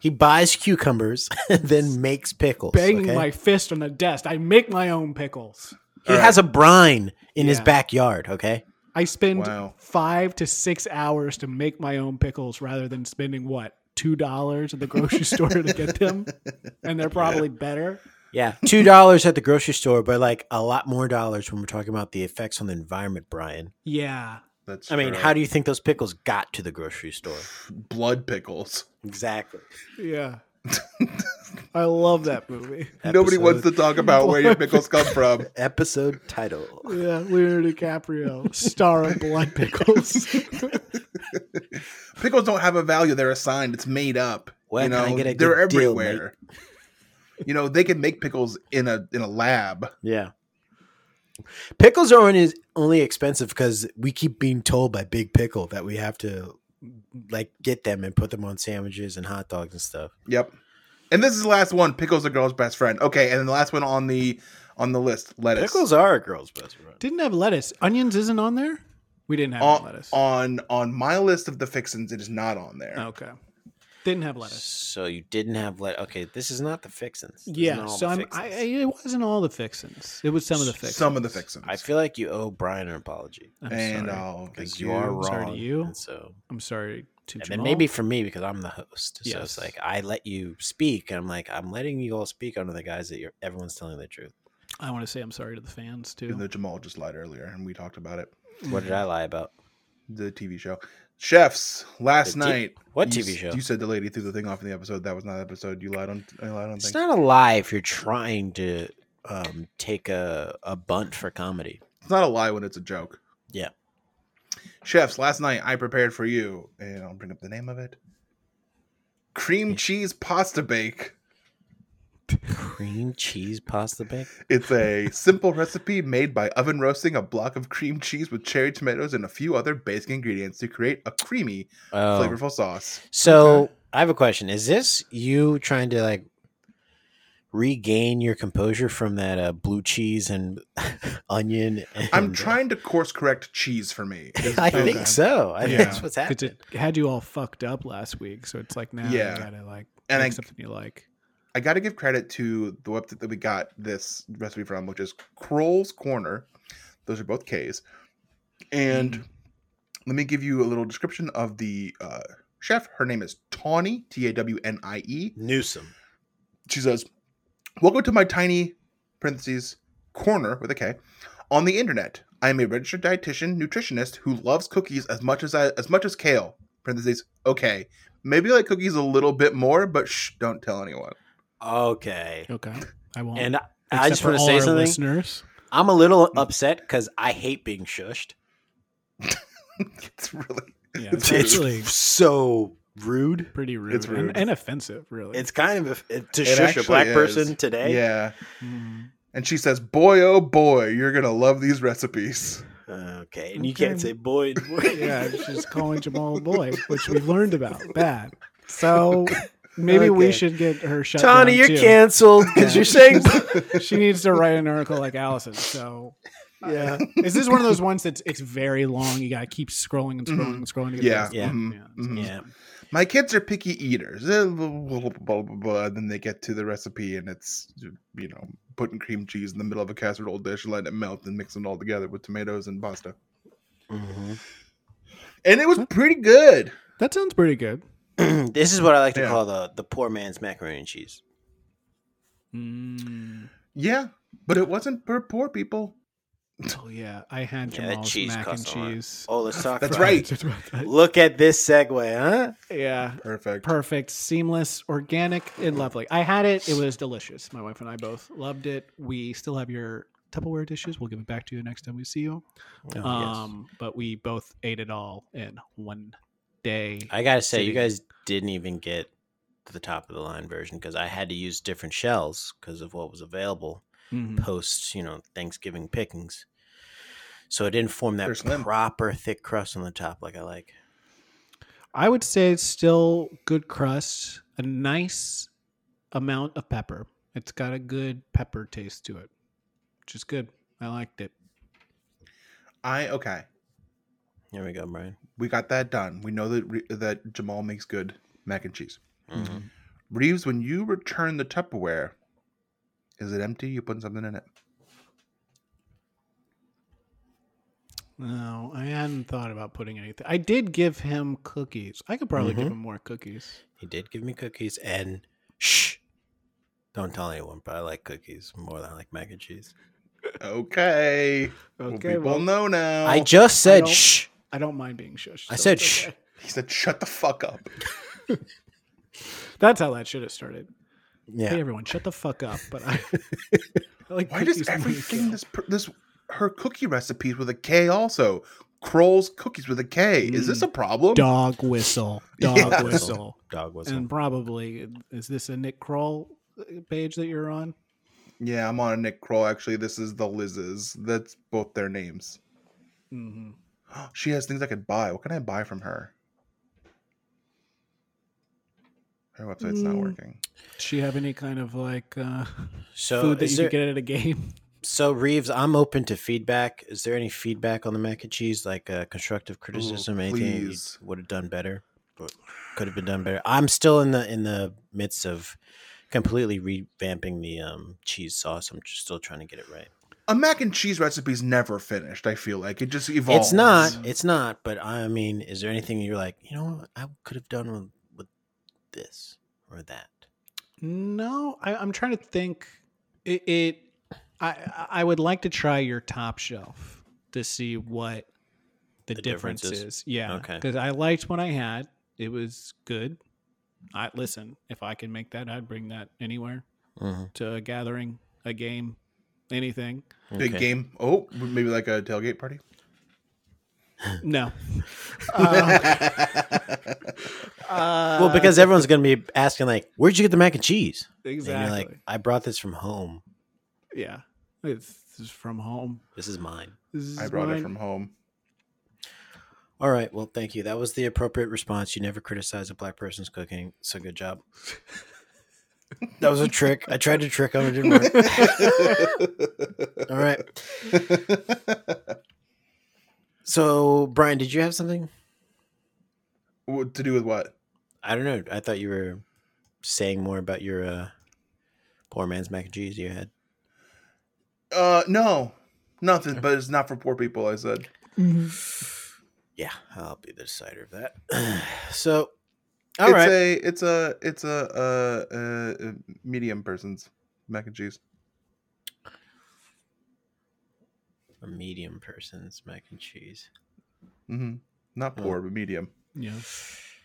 Speaker 2: He buys cucumbers and then makes pickles.
Speaker 3: Bang
Speaker 2: okay?
Speaker 3: my fist on the desk. I make my own pickles.
Speaker 2: he
Speaker 4: All
Speaker 2: has a brine in his
Speaker 3: Yeah.
Speaker 2: backyard. Okay,
Speaker 3: I spend
Speaker 4: Wow.
Speaker 3: five to six hours to make my own pickles rather than spending what two dollars at the grocery store to get them, and they're probably better.
Speaker 2: yeah, two dollars at the grocery store, but like a lot more dollars when we're talking about the effects on the environment, Brian.
Speaker 3: Yeah,
Speaker 4: That's
Speaker 2: I mean, how do you think those pickles got to the grocery store?
Speaker 4: blood pickles?
Speaker 2: Exactly.
Speaker 3: yeah. I love that movie.
Speaker 4: Nobody wants to talk about where your pickles come from.
Speaker 2: episode title.
Speaker 3: Yeah, Leonardo DiCaprio, star of Blood Pickles.
Speaker 4: Pickles don't have a value; they're assigned. It's made up.
Speaker 2: Where
Speaker 4: you know,
Speaker 2: can I get a
Speaker 4: they're
Speaker 2: good deal,
Speaker 4: everywhere. you know, they can make pickles in a in a lab.
Speaker 2: Yeah. Pickles are only, only expensive because we keep being told by Big Pickle that we have to like get them and put them on sandwiches and hot dogs and stuff.
Speaker 4: Yep. And this is the last one. Pickles are girl's best friend. Okay, and then the last one on the on the list: lettuce.
Speaker 2: Pickles are a girl's best friend.
Speaker 3: Didn't have lettuce. Onions isn't on there. We didn't have any
Speaker 4: on,
Speaker 3: lettuce.
Speaker 4: on on my list of the fixins, it is not on there.
Speaker 3: okay, didn't have lettuce.
Speaker 2: So you didn't have let okay. This is not the fixins. This is
Speaker 3: Yeah,
Speaker 2: not all
Speaker 3: so
Speaker 2: the
Speaker 3: I'm,
Speaker 2: fixins.
Speaker 3: I, I, it wasn't all the fixins. It was some of the fixins.
Speaker 4: Some of the fixins.
Speaker 2: I feel like you owe Brian an apology
Speaker 3: I'm
Speaker 4: and
Speaker 3: sorry.
Speaker 4: oh,
Speaker 2: because you are wrong.
Speaker 3: I'm sorry to you.
Speaker 2: and so
Speaker 3: I'm sorry to
Speaker 2: and
Speaker 3: Jamal.
Speaker 2: then maybe for me because I'm the host. So
Speaker 3: Yes.
Speaker 2: it's like I let you speak, and I'm like I'm letting you all speak under the guise that you're everyone's telling the truth.
Speaker 3: I want to say I'm sorry to the fans too.
Speaker 4: Even though Jamal just lied earlier, and we talked about it.
Speaker 2: What did I lie about?
Speaker 4: The TV show, chefs. Last
Speaker 2: The T-
Speaker 4: night,
Speaker 2: What
Speaker 4: you
Speaker 2: TV
Speaker 4: s-
Speaker 2: show?
Speaker 4: You said the lady threw the thing off in the episode. That was not the episode. You lied on. I lied on.
Speaker 2: It's
Speaker 4: Things.
Speaker 2: not a lie if you're trying to um, take a, a bunt for comedy.
Speaker 4: it's not a lie when it's a joke.
Speaker 2: Yeah.
Speaker 4: Chefs, last night I prepared for you, and I'll bring up the name of it. Cream cheese pasta bake.
Speaker 2: Cream cheese pasta bake?
Speaker 4: It's a simple recipe made by oven roasting a block of cream cheese with cherry tomatoes and a few other basic ingredients to create a creamy,
Speaker 2: Oh.
Speaker 4: flavorful sauce.
Speaker 2: So I have a question. Is this you trying to like regain your composure from that uh, blue cheese and onion? And,
Speaker 4: I'm trying to course correct cheese for me.
Speaker 2: I
Speaker 4: Okay.
Speaker 2: think so. I think
Speaker 4: Yeah.
Speaker 2: that's what's
Speaker 3: 'Cause
Speaker 2: happening.
Speaker 3: it had you all fucked up last week, so it's like now
Speaker 4: Yeah.
Speaker 3: you gotta like
Speaker 4: And
Speaker 3: make
Speaker 4: I-
Speaker 3: something you like.
Speaker 4: I got to give credit to the website that we got this recipe from, which is Kroll's Corner. Those are both K's. And let me give you a little description of the uh, chef. Her name is Tawny, T A W N I E.
Speaker 2: Newsom.
Speaker 4: She says, Welcome to my tiny parentheses corner with a K on the internet. I am a registered dietitian nutritionist who loves cookies as much as I, as much as kale. Parentheses okay, maybe I like cookies a little bit more, but shh, don't tell anyone.
Speaker 2: Okay.
Speaker 3: Okay, I won't.
Speaker 2: And I, I
Speaker 3: Except
Speaker 2: just
Speaker 3: for
Speaker 2: want to
Speaker 3: all
Speaker 2: say
Speaker 3: our
Speaker 2: something.
Speaker 3: listeners.
Speaker 2: I'm a little upset because I hate being shushed.
Speaker 4: it's really
Speaker 3: Yeah, it's,
Speaker 4: It's rude.
Speaker 3: actually
Speaker 2: so rude.
Speaker 3: pretty rude,
Speaker 4: It's
Speaker 3: and-
Speaker 4: rude.
Speaker 3: And, offensive, really.
Speaker 2: It's kind of a, to
Speaker 4: It
Speaker 2: shush a
Speaker 4: actually
Speaker 2: black
Speaker 4: is.
Speaker 2: person today.
Speaker 4: Yeah.
Speaker 3: Mm.
Speaker 4: And she says, Boy, oh boy, you're going to love these recipes.
Speaker 2: Okay, and you can't
Speaker 3: Okay.
Speaker 2: say boy. and boy.
Speaker 3: yeah, she's calling Jamal a boy, which we've learned about bad. So maybe we
Speaker 2: Okay.
Speaker 3: should get her shut
Speaker 2: Tony,
Speaker 3: down
Speaker 2: you're
Speaker 3: too.
Speaker 2: canceled because you're saying.
Speaker 3: She needs to write an article like Allison. So
Speaker 2: yeah.
Speaker 3: is this one of those ones that's it's very long? You gotta keep scrolling and scrolling and scrolling to get
Speaker 4: Yeah.
Speaker 3: the
Speaker 2: Yeah.
Speaker 4: mhm,
Speaker 3: Yeah.
Speaker 4: mhm.
Speaker 2: Yeah.
Speaker 4: my kids are picky eaters. Eh, blah, blah, blah, blah, blah, blah. And then they get to the recipe and it's, you know, putting cream cheese in the middle of a casserole dish, letting it melt and mixing it all together with tomatoes and pasta.
Speaker 2: Mm-hmm.
Speaker 4: And it was pretty good.
Speaker 3: That sounds pretty good.
Speaker 2: this is what I like to
Speaker 4: Yeah.
Speaker 2: call the the poor man's macaroni and cheese.
Speaker 4: Yeah, but it wasn't for poor people.
Speaker 3: Oh yeah, I had
Speaker 2: Yeah, that
Speaker 3: Jamal's
Speaker 2: cheese
Speaker 3: mac and
Speaker 2: costs a lot.
Speaker 3: cheese.
Speaker 2: Oh, let's talk.
Speaker 4: That's
Speaker 2: about
Speaker 4: right.
Speaker 2: it. Look at this segue, huh?
Speaker 3: yeah,
Speaker 4: Perfect.
Speaker 3: perfect, seamless, organic, and lovely. I had it. It was delicious. My wife and I both loved it. We still have your Tupperware dishes. We'll give it back to you next time we see you.
Speaker 2: Oh, yes.
Speaker 3: um, but we both ate it all in one day.
Speaker 2: I gotta say, you
Speaker 3: Sitting.
Speaker 2: guys didn't even get the top of the line version because I had to use different shells because of what was available
Speaker 3: Mhm.
Speaker 2: post, you know, Thanksgiving pickings. So it didn't form
Speaker 4: They're
Speaker 2: that
Speaker 4: slim.
Speaker 2: proper thick crust on the top like I like.
Speaker 3: I would say it's still good crust, a nice amount of pepper. It's got a good pepper taste to it, which is good. I liked it.
Speaker 4: I okay.
Speaker 2: There we go, Brian.
Speaker 4: We got that done. We know that Re- that Jamal makes good mac and cheese.
Speaker 3: Mm-hmm.
Speaker 2: Mhm.
Speaker 4: Reeves, when you return the Tupperware, is it empty? You putting something in it?
Speaker 3: No, I hadn't thought about putting anything. I did give him cookies. I could probably
Speaker 2: Mm-hmm.
Speaker 3: give him more cookies.
Speaker 2: He did give me cookies and shh. Don't tell anyone, but I like cookies more than I like mac and cheese.
Speaker 4: Okay. well,
Speaker 3: Okay,
Speaker 4: people
Speaker 3: well,
Speaker 4: know now.
Speaker 2: I just
Speaker 3: I
Speaker 2: said
Speaker 3: don't-
Speaker 2: shh.
Speaker 3: I don't mind being shushed.
Speaker 2: I
Speaker 3: so
Speaker 2: said
Speaker 3: it's
Speaker 2: shh.
Speaker 3: okay.
Speaker 4: he said, "Shut the fuck up."
Speaker 3: That's how that should have started. Hey
Speaker 2: Yeah.
Speaker 3: everyone, shut the fuck up. But I, I like
Speaker 4: Why does
Speaker 3: cookies more than
Speaker 4: everything
Speaker 3: you.
Speaker 4: this per- this her cookie recipes with a K also? Kroll's cookies with a K. Is this a problem?
Speaker 3: dog whistle, dog
Speaker 4: Yeah.
Speaker 3: whistle.
Speaker 2: Dog was
Speaker 3: and probably is this a Nick Kroll uh, page that you're on?
Speaker 4: Yeah, I'm on a Nick Kroll. Actually, this is the Liz's. That's both their names.
Speaker 3: Mm-hmm.
Speaker 4: She has things I could buy. What can I buy from her? Her website's not
Speaker 3: Mm.
Speaker 4: working.
Speaker 3: Does she have any kind of like uh,
Speaker 2: so
Speaker 3: food that
Speaker 2: is
Speaker 3: you
Speaker 2: there,
Speaker 3: could get at a game?
Speaker 2: so Reeves, I'm open to feedback. Is there any feedback on the mac and cheese, like uh, constructive criticism, anything
Speaker 4: Oh, please.
Speaker 2: would have done better, but could have been done better? I'm still in the in the midst of completely revamping the um, cheese sauce. I'm just still trying to get it right.
Speaker 4: A mac and cheese recipe's never finished. I feel like it just evolves.
Speaker 2: It's not, it's not. But I mean, is there anything you're like, you know, what? I could have done with, with this or that?
Speaker 3: No, I, I'm trying to think. It, it I, I- I would like to try your top shelf to see what the,
Speaker 2: The
Speaker 3: difference,
Speaker 2: difference
Speaker 3: is.
Speaker 2: is-
Speaker 3: Yeah,
Speaker 2: okay.
Speaker 3: Because I liked what I had. It was good. I listen. If I can make that, I'd bring that anywhere
Speaker 2: Mhm.
Speaker 3: to a gathering, a game, anything.
Speaker 4: Big
Speaker 2: Okay.
Speaker 4: game. Oh, maybe like a tailgate party.
Speaker 3: No. Uh,
Speaker 4: Uh,
Speaker 2: Well, because everyone's going to be asking, like, where'd you get the mac and cheese? And
Speaker 3: exactly.
Speaker 2: you're like, I brought this from home.
Speaker 3: yeah. It's, it's from home.
Speaker 2: This is mine.
Speaker 3: This is
Speaker 4: I brought it
Speaker 3: mine.
Speaker 4: from home.
Speaker 2: All right. Well, thank you. That was the appropriate response. You never criticize a black person's cooking. So good job. that was a trick. I tried to trick him. It didn't work. All right. So, Brian, did you have something?
Speaker 4: What to do with what?
Speaker 2: I don't know. I thought you were saying more about your uh, poor man's mac and cheese you had.
Speaker 4: Uh, no, nothing. But it's not for poor people. I said.
Speaker 2: Yeah, I'll be the decider of that. so, all
Speaker 4: All
Speaker 2: right.
Speaker 4: it's a it's a it's a uh, uh, medium person's mac and cheese.
Speaker 2: a medium person's mac and cheese.
Speaker 4: hmm Not
Speaker 2: Oh.
Speaker 4: poor, but medium.
Speaker 3: Yeah.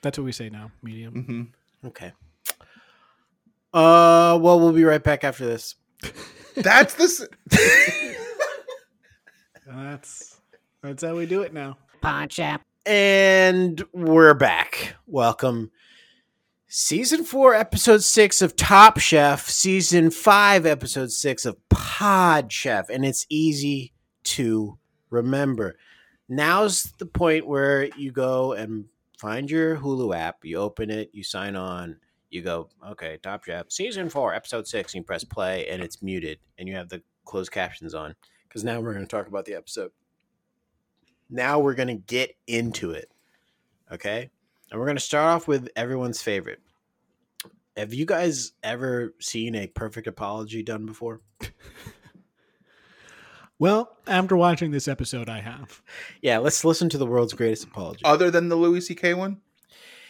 Speaker 3: That's what we say now. Medium.
Speaker 4: hmm
Speaker 2: Okay. Uh, well, we'll be right back after this.
Speaker 4: That's this.
Speaker 3: That's that's how we do it now.
Speaker 2: And we're back. Welcome. Season 4, episode 6 of Top Chef, season 5, episode 6 of Pod Chef. And it's easy to remember. Now's the point where you go and find your Hulu app, you open it, you sign on, you go, okay, Top Chef, season 4, episode 6, and you press play, and it's muted, and you have the closed captions on. Because now we're going to talk about the episode now we're going to get into it. Okay. And we're going to start off with everyone's favorite. Have you guys ever seen a perfect apology done before?
Speaker 3: Well, after watching this episode, I have.
Speaker 2: Yeah, let's listen to the world's greatest apology.
Speaker 4: Other than the Louis C.K. one?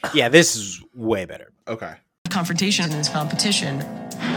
Speaker 2: Uh, yeah, this is way better.
Speaker 4: Okay.
Speaker 5: Confrontation is competition.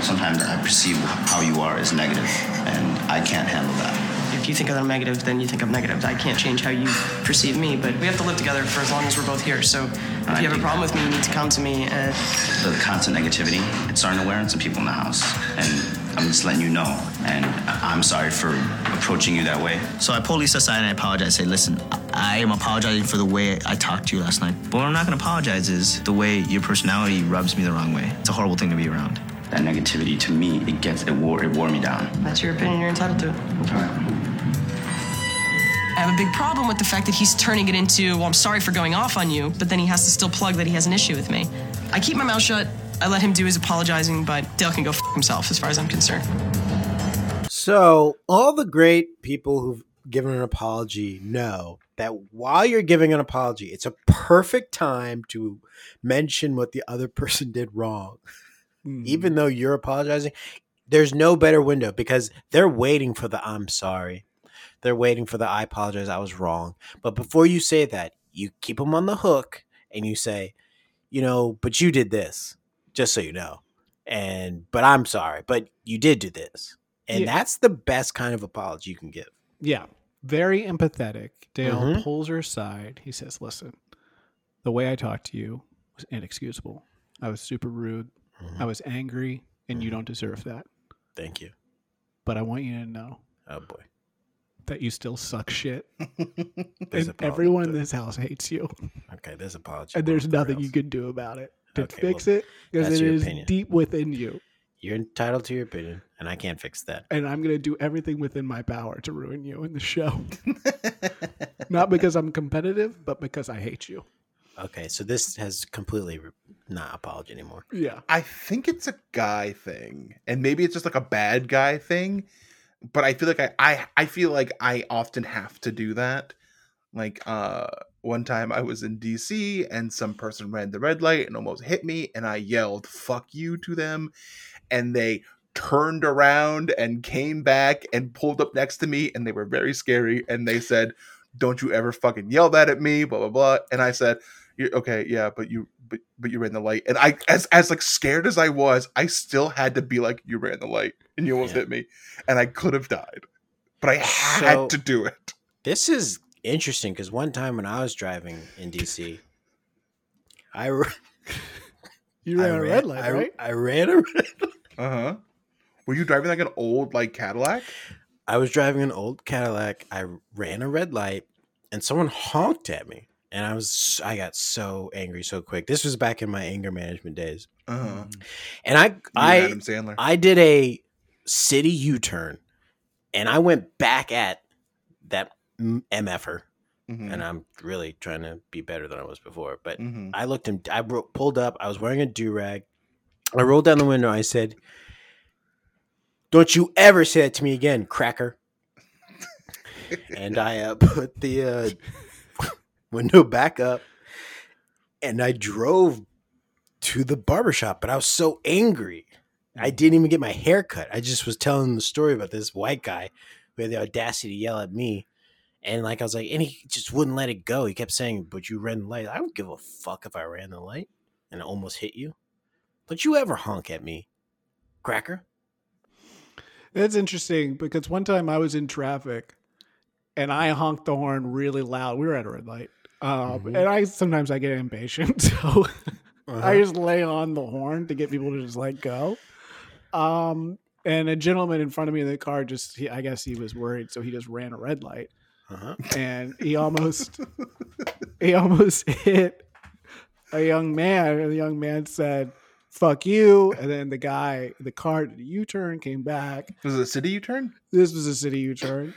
Speaker 6: Sometimes I perceive how you are as negative, and I can't handle that.
Speaker 5: If you think I'm negative, then you think I'm negative. I can't change how you perceive me, but we have to live together for as long as we're both here. So if you have a problem with me, you need to come to me. And
Speaker 6: The constant negativity, it's starting to wear on some people in the house, and I'm just letting you know. And I- I'm sorry for approaching you that way. So I police aside and I apologize. Say, listen, I am apologizing for the way I talked to you last night. But what I'm not gonna apologize is the way your personality rubs me the wrong way. It's a horrible thing to be around. That negativity to me, it gets it wore it wore me down.
Speaker 5: that's your opinion. You're entitled to it. I have a big problem with the fact that he's turning it into, well, I'm sorry for going off on you, but then he has to still plug that he has an issue with me. I keep my mouth shut. I let him do his apologizing, but Dale can go f himself as far as I'm concerned.
Speaker 2: So, all the great people who've given an apology know that while you're giving an apology, it's a perfect time to mention what the other person did wrong.
Speaker 3: Hmm.
Speaker 2: Even
Speaker 3: Mm.
Speaker 2: though you're apologizing, there's no better window because they're waiting for the I'm sorry. They're waiting for the I apologize, I was wrong. But before you say that, you keep them on the hook and you say, you know, but you did this, just so you know. And, but I'm sorry, but you did do this. And
Speaker 3: Yeah.
Speaker 2: that's the best kind of apology you can give.
Speaker 3: Yeah. Very empathetic. Dale
Speaker 2: Mhm.
Speaker 3: pulls her aside. He says, Listen, the way I talked to you was inexcusable. I was super rude.
Speaker 2: Mm-hmm.
Speaker 3: I was angry, and you don't deserve that.
Speaker 2: Thank you.
Speaker 3: But I want you to know
Speaker 2: Oh boy.
Speaker 3: that you still suck shit.
Speaker 2: There's
Speaker 3: and
Speaker 2: apology.
Speaker 3: everyone in this house hates you.
Speaker 2: Okay, there's apology.
Speaker 3: And there's
Speaker 2: off the
Speaker 3: nothing
Speaker 2: rails.
Speaker 3: you can do about it to
Speaker 2: Okay,
Speaker 3: fix
Speaker 2: well,
Speaker 3: it because
Speaker 2: that's
Speaker 3: it
Speaker 2: your
Speaker 3: is
Speaker 2: opinion.
Speaker 3: deep within you.
Speaker 2: You're entitled to your opinion, and I can't fix that.
Speaker 3: And I'm going to do everything within my power to ruin you in the show. Not because I'm competitive, but because I hate you.
Speaker 2: Okay, so this has completely re- not apology anymore.
Speaker 3: Yeah.
Speaker 4: I think it's a guy thing, and maybe it's just like a bad guy thing. But I feel like I, I, I feel like I often have to do that. Like uh, one time I was in DC and some person ran the red light and almost hit me, and I yelled "fuck you" to them, and they turned around and came back and pulled up next to me, and they were very scary, and they said, "Don't you ever fucking yell that at me," blah blah blah, and I said you're okay yeah but you but, but you ran the light and i as as like scared as i was i still had to be like you ran the light and you almost
Speaker 2: Yeah.
Speaker 4: hit me and i could have died but i had
Speaker 2: So-
Speaker 4: to do it
Speaker 2: This is interesting because one time when I was driving in DC, I, r-
Speaker 3: You
Speaker 2: I
Speaker 3: ran a
Speaker 2: ran-
Speaker 3: red light,
Speaker 2: I,
Speaker 3: right?
Speaker 2: I ran a red.
Speaker 4: uh-huh were you driving like an old like cadillac
Speaker 2: I was driving an old Cadillac. I ran a red light, and someone honked at me, and I was I got so angry so quick. This was back in my anger management days,
Speaker 4: uh-huh You
Speaker 2: and I
Speaker 4: and
Speaker 2: Mm. I
Speaker 4: adam sandler
Speaker 2: I did a city U turn and I went back at that m- MFer.
Speaker 3: Mm.
Speaker 4: Mhm.
Speaker 2: And I'm really trying to be better than I was before. But
Speaker 4: Mhm.
Speaker 2: I looked him, I bro- pulled up, I was wearing a do rag. I rolled down the window. I said, Don't you ever say that to me again, cracker. and I uh, put the uh, window back up and I drove to the barbershop, but I was so angry. I didn't even get my hair cut. I just was telling the story about this white guy who had the audacity to yell at me. And like I was like, and he just wouldn't let it go. He kept saying, But you ran the light. I don't give a fuck if I ran the light and I almost hit you. Don't you ever honk at me, cracker.
Speaker 3: That's interesting because one time I was in traffic and I honked the horn really loud. We were at a red light. Um,
Speaker 4: Mm-hmm.
Speaker 3: And I sometimes I get impatient, so
Speaker 7: Uh-huh.
Speaker 4: Uh-huh.
Speaker 3: I just lay on the horn to get people to just let go. Um, and a gentleman in front of me in the car just, he, I guess he was worried, so he just ran a red light
Speaker 2: Uh-huh.
Speaker 3: and he almost he almost hit a young man and the young man said fuck you and then the guy the car did a u-turn came back
Speaker 4: was it a city you turn
Speaker 3: this was a city u-turn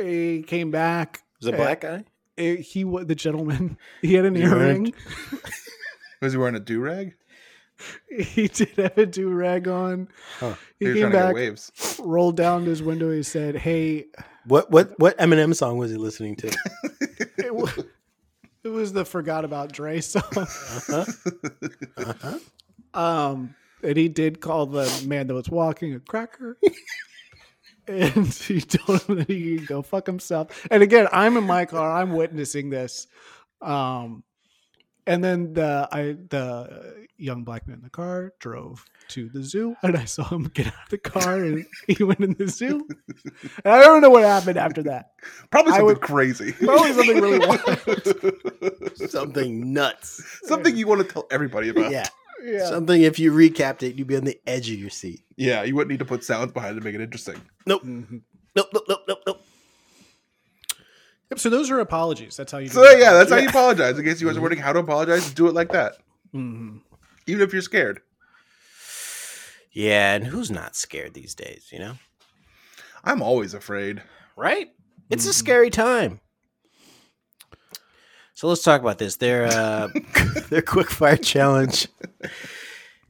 Speaker 3: he came back
Speaker 2: Was it a black guy?
Speaker 3: It- he was the gentleman he had an
Speaker 2: You
Speaker 3: earring
Speaker 2: weren't-
Speaker 4: was he wearing a do-rag
Speaker 3: he did have a do-rag on
Speaker 4: he
Speaker 3: he
Speaker 4: was
Speaker 3: came
Speaker 4: trying to get
Speaker 3: back
Speaker 4: waves
Speaker 3: rolled down his window he said hey
Speaker 2: What what what Eminem song was he listening to?
Speaker 3: it wa- It was the forgot about Dre song. Uh-huh. Um, and he did call the man that was walking a cracker. and he told him that he could go fuck himself. And again, I'm in my car. I'm witnessing this. Um, and then the I the young black man in the car drove to the zoo, and I saw him get out of the car, and he went in the zoo. And I don't know what happened after that.
Speaker 4: Probably
Speaker 3: I
Speaker 4: something
Speaker 3: would-
Speaker 4: crazy.
Speaker 3: Probably something really wild.
Speaker 2: Something nuts.
Speaker 4: something you want to tell everybody about.
Speaker 2: Yeah.
Speaker 3: Yeah.
Speaker 2: Something if you recapped it, you'd be on the edge of your seat.
Speaker 4: Yeah, you wouldn't need to put sounds behind it to make it interesting.
Speaker 2: Nope. Nope, nope, nope, nope, nope.
Speaker 3: Yep, so those are apologies. That's how you.
Speaker 4: So
Speaker 3: do it.
Speaker 4: yeah, that's how you apologize. In case
Speaker 2: Mm-hmm.
Speaker 4: you guys are wondering how to apologize, do it like that.
Speaker 3: Mm-hmm.
Speaker 4: Even if you're scared.
Speaker 2: Yeah, and who's not scared these days, you know?
Speaker 4: I'm always afraid.
Speaker 2: Right?
Speaker 4: Mm-hmm.
Speaker 2: It's a scary time. So let's talk about this. Their uh their quick fire challenge.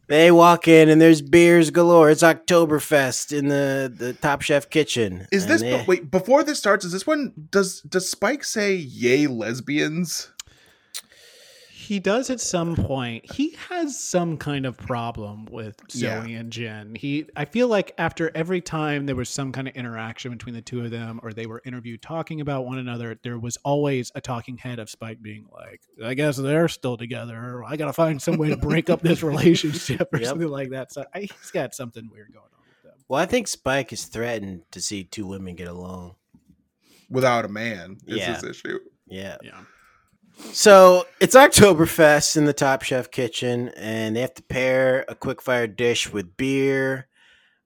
Speaker 2: They walk in and there's beers galore. It's Oktoberfest in the, the Top Chef kitchen.
Speaker 4: Is
Speaker 2: And
Speaker 4: this
Speaker 2: they-
Speaker 4: wait before this starts? Is this one does does Spike say "yay lesbians"?
Speaker 3: He does at some point. He has some kind of problem with Zoe
Speaker 4: Yeah.
Speaker 3: and Jen. He, I feel like after every time there was some kind of interaction between the two of them, or they were interviewed talking about one another, there was always a talking head of Spike being like, "I guess they're still together. Or I got to find some way to break up this relationship or
Speaker 2: Yep.
Speaker 3: something like that." So I, he's got something weird going on with them.
Speaker 2: Well, I think Spike is threatened to see two women get along.
Speaker 4: Without a man is
Speaker 2: Yeah.
Speaker 4: this issue.
Speaker 2: Yeah.
Speaker 3: Yeah.
Speaker 2: So it's Oktoberfest in the Top Chef kitchen, and they have to pair a quick fire dish with beer.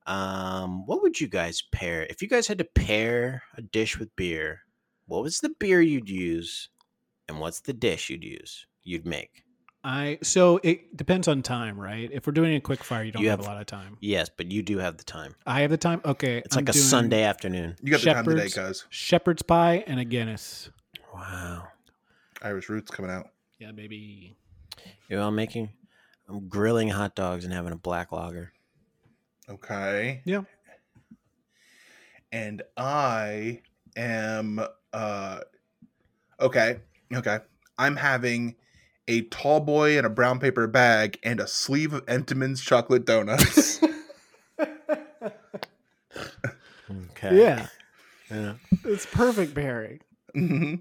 Speaker 2: Um, what would you guys pair if you guys had to pair a dish with beer? What was the beer you'd use, and what's the dish you'd use? You'd make
Speaker 3: I so it depends on time, right? If we're doing a quick fire, you don't
Speaker 2: You
Speaker 3: have,
Speaker 2: have-
Speaker 3: a lot of time.
Speaker 2: yes, but you do have the time.
Speaker 3: I have the time. Okay,
Speaker 2: It's
Speaker 3: I'm
Speaker 2: like a
Speaker 3: doing-
Speaker 2: Sunday afternoon.
Speaker 4: You got the time today,
Speaker 3: Shepherds.
Speaker 4: cuz
Speaker 3: shepherd's pie and a Guinness.
Speaker 2: Wow,
Speaker 4: Irish roots coming out.
Speaker 3: Yeah, baby.
Speaker 2: you know what I'm making? I'm grilling hot dogs and having a black lager.
Speaker 4: Okay.
Speaker 3: Yeah.
Speaker 4: And I am uh okay. Okay. I'm having a tall boy in a brown paper bag and a sleeve of Entenmann's chocolate donuts.
Speaker 2: Okay.
Speaker 3: Yeah,
Speaker 2: Yeah.
Speaker 3: it's perfect pairing.
Speaker 4: hmm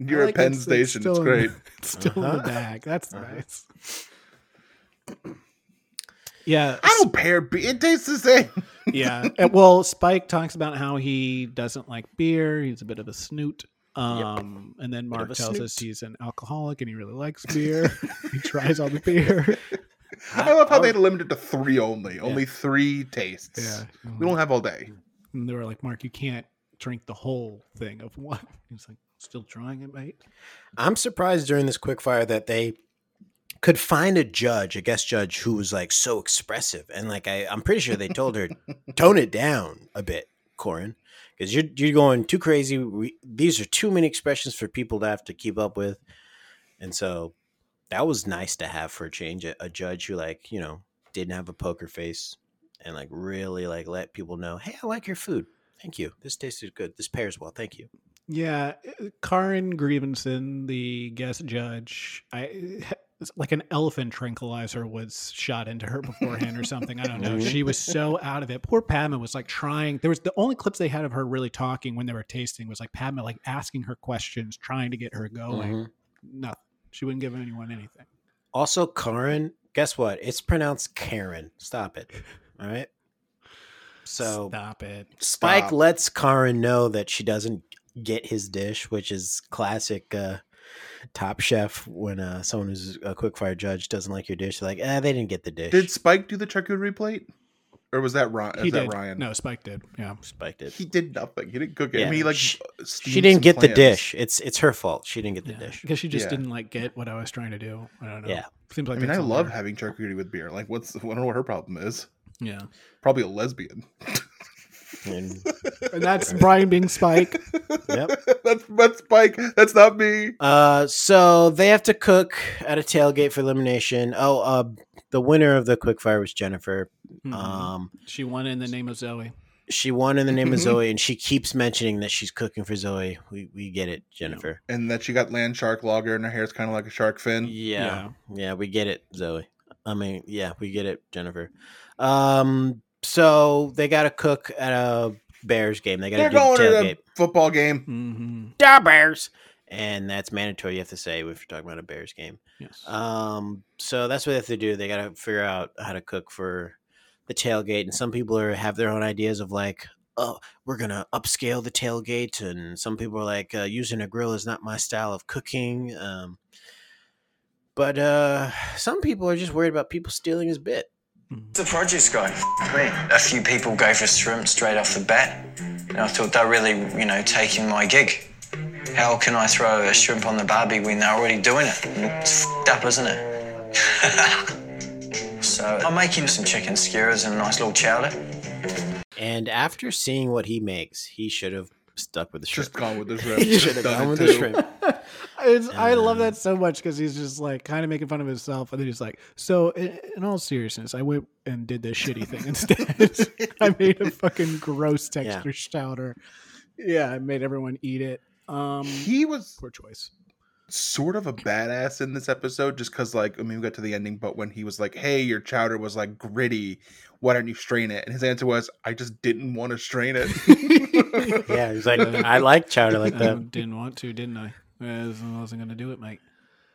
Speaker 3: I
Speaker 4: You're
Speaker 3: like
Speaker 4: at Penn
Speaker 3: it's- it's
Speaker 4: Station.
Speaker 3: still
Speaker 4: It's,
Speaker 3: in-
Speaker 4: great.
Speaker 3: it's still in the
Speaker 2: Uh-huh.
Speaker 3: bag. That's
Speaker 2: Uh-huh.
Speaker 3: nice. Yeah,
Speaker 4: I don't pair beer. It tastes the same.
Speaker 3: s- yeah. And, Well, Spike talks about how he doesn't like beer. He's a bit of a snoot. Um, and then
Speaker 2: of
Speaker 3: Mark
Speaker 2: a
Speaker 3: tells
Speaker 2: snoot.
Speaker 3: us he's an alcoholic and he really likes beer. he tries all the beer.
Speaker 4: I love how
Speaker 2: I
Speaker 4: they
Speaker 2: would-
Speaker 4: limit it to three only. Only three tastes. We don't have all day.
Speaker 3: And they were like, Mark, you can't drink the whole thing of one. He's like, still trying it, mate.
Speaker 2: I'm surprised during this quickfire that they could find a judge, a guest judge, who was like so expressive. And like I, I'm pretty sure they told her, tone it down a bit, Corin, because you're you're going too crazy. We, these are too many expressions for people to have to keep up with. And so that was nice to have for a change. A, a judge who like you know didn't have a poker face and like really like let people know, hey, I like your food. Thank you. This tasted good. This pairs well. Thank you.
Speaker 3: Yeah, uh, Karin Grievenson, the guest judge, I it's like an elephant tranquilizer was shot into her beforehand or something. I don't know. She was so out of it. Poor Padma was like trying. There was the only clips they had of her really talking when they were tasting was like Padma like asking her questions, trying to get her going.
Speaker 4: Mm.
Speaker 3: Nothing. She wouldn't give anyone anything.
Speaker 2: Also, Karen, guess what? It's pronounced Karen. Stop it. All right. So
Speaker 3: stop it.
Speaker 2: Spike
Speaker 4: Stop.
Speaker 2: lets Karen know that she doesn't get his dish, which is classic uh, Top Chef when uh, someone who's a quickfire judge doesn't like your dish. They're like, eh, they didn't get the dish.
Speaker 4: Did Spike do the charcuterie plate? Or was that Ryan?
Speaker 3: he
Speaker 4: was that
Speaker 3: did.
Speaker 4: Ryan?
Speaker 3: No, Spike did. Yeah.
Speaker 2: Spike did.
Speaker 4: He did nothing. He didn't cook it. I
Speaker 2: Yeah.
Speaker 4: mean, he, like
Speaker 2: She-
Speaker 4: steamed
Speaker 2: She didn't
Speaker 4: some
Speaker 2: get the
Speaker 4: clams.
Speaker 2: dish. It's it's her fault. She didn't get the
Speaker 3: Yeah,
Speaker 2: dish.
Speaker 3: Because she just
Speaker 4: Yeah.
Speaker 3: didn't like get what I was trying to do. I don't know.
Speaker 2: Yeah.
Speaker 3: Seems like
Speaker 4: I mean, I
Speaker 3: that's on
Speaker 4: love
Speaker 3: her.
Speaker 4: having charcuterie with beer. Like, what's I don't know what her problem is.
Speaker 3: Yeah.
Speaker 4: Probably a lesbian.
Speaker 2: And-
Speaker 3: And that's Brian being Spike.
Speaker 2: yep.
Speaker 4: that's that's Spike. That's not me.
Speaker 2: Uh, so they have to cook at a tailgate for elimination. Oh, uh, the winner of the quickfire was Jennifer.
Speaker 3: Mhm.
Speaker 2: Um,
Speaker 3: She won in the name of Zoe.
Speaker 2: she won in the name of
Speaker 4: Mm-hmm.
Speaker 2: Zoe, and she keeps mentioning that she's cooking for Zoe. We we get it, Jennifer.
Speaker 4: and that she got land shark lager and her hair's kind of like a shark fin.
Speaker 2: Yeah. yeah, we get it, Zoe. I mean, yeah, we get it, Jennifer. Um, so they got to cook at a Bears game. They got
Speaker 4: They're
Speaker 2: to do
Speaker 4: going to
Speaker 2: tailgate.
Speaker 4: the football game.
Speaker 3: Mm-hmm.
Speaker 2: Da Bears, and that's mandatory. You have to say if you're talking about a Bears game.
Speaker 3: Yes.
Speaker 2: Um, so that's what they have to do. They got to figure out how to cook for the tailgate, and some people are have their own ideas of like, oh, we're gonna upscale the tailgate, and some people are like, uh, using a grill is not my style of cooking. Um, but uh, some people are just worried about people stealing his bit.
Speaker 8: The produce guy. A few people gave us shrimp straight off the bat, and I thought they're really, you know, taking my gig. How can I throw a shrimp on the barbie when they're already doing it? It's fed up, isn't it? so I'm making some chicken skewers and a nice little chowder.
Speaker 2: And after seeing what he makes, he should have stuck with the shrimp.
Speaker 4: Just gone with the shrimp.
Speaker 2: should
Speaker 4: Just
Speaker 2: have
Speaker 4: done
Speaker 2: gone
Speaker 4: it
Speaker 2: with
Speaker 4: too.
Speaker 2: the shrimp.
Speaker 3: It's, I love that so much because he's just like kind of making fun of himself, and then he's like, "So, in, in all seriousness, I went and did this shitty thing instead. I made a fucking gross texture chowder. Yeah, I made everyone eat it. Um,
Speaker 4: He was
Speaker 3: poor choice.
Speaker 4: sort of a badass in this episode just because, like, I mean, we got to the ending, but when he was like, hey, your chowder was like gritty. Why don't you strain it? And his answer was, I just didn't want to strain it.
Speaker 2: Yeah, he's like, I like chowder like
Speaker 3: I
Speaker 2: that. Oh,
Speaker 3: didn't want to, didn't I? I wasn't gonna do it, mate.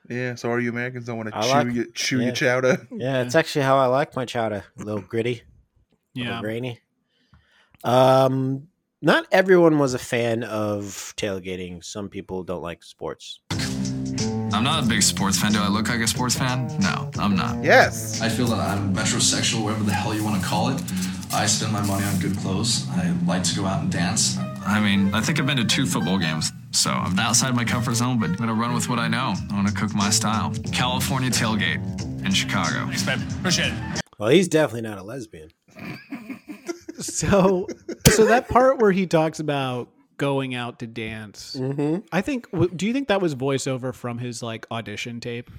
Speaker 4: yeah, sorry, you Americans don't want to
Speaker 2: I
Speaker 4: chew,
Speaker 2: like-
Speaker 4: your, chew
Speaker 2: yeah.
Speaker 4: your chowder.
Speaker 2: Yeah, it's actually how I like my chowder. A little gritty, a little
Speaker 3: Yeah,
Speaker 2: grainy. Um, not everyone was a fan of tailgating. Some people don't like sports.
Speaker 7: I'm not a big sports fan. Do I look like a sports fan? No, I'm not.
Speaker 4: Yes.
Speaker 7: I feel that I'm metrosexual, whatever the hell you want to call it. I spend my money on good clothes. I like to go out and dance. I mean, I think I've been to two football games, so I'm outside my comfort zone, but I'm gonna run with what I know. I'm gonna cook my style. California tailgate in Chicago.
Speaker 2: Well, he's definitely not a lesbian.
Speaker 3: so so that part where he talks about going out to dance
Speaker 2: Mm-hmm.
Speaker 3: i think w- do you think that was voiceover from his like audition tape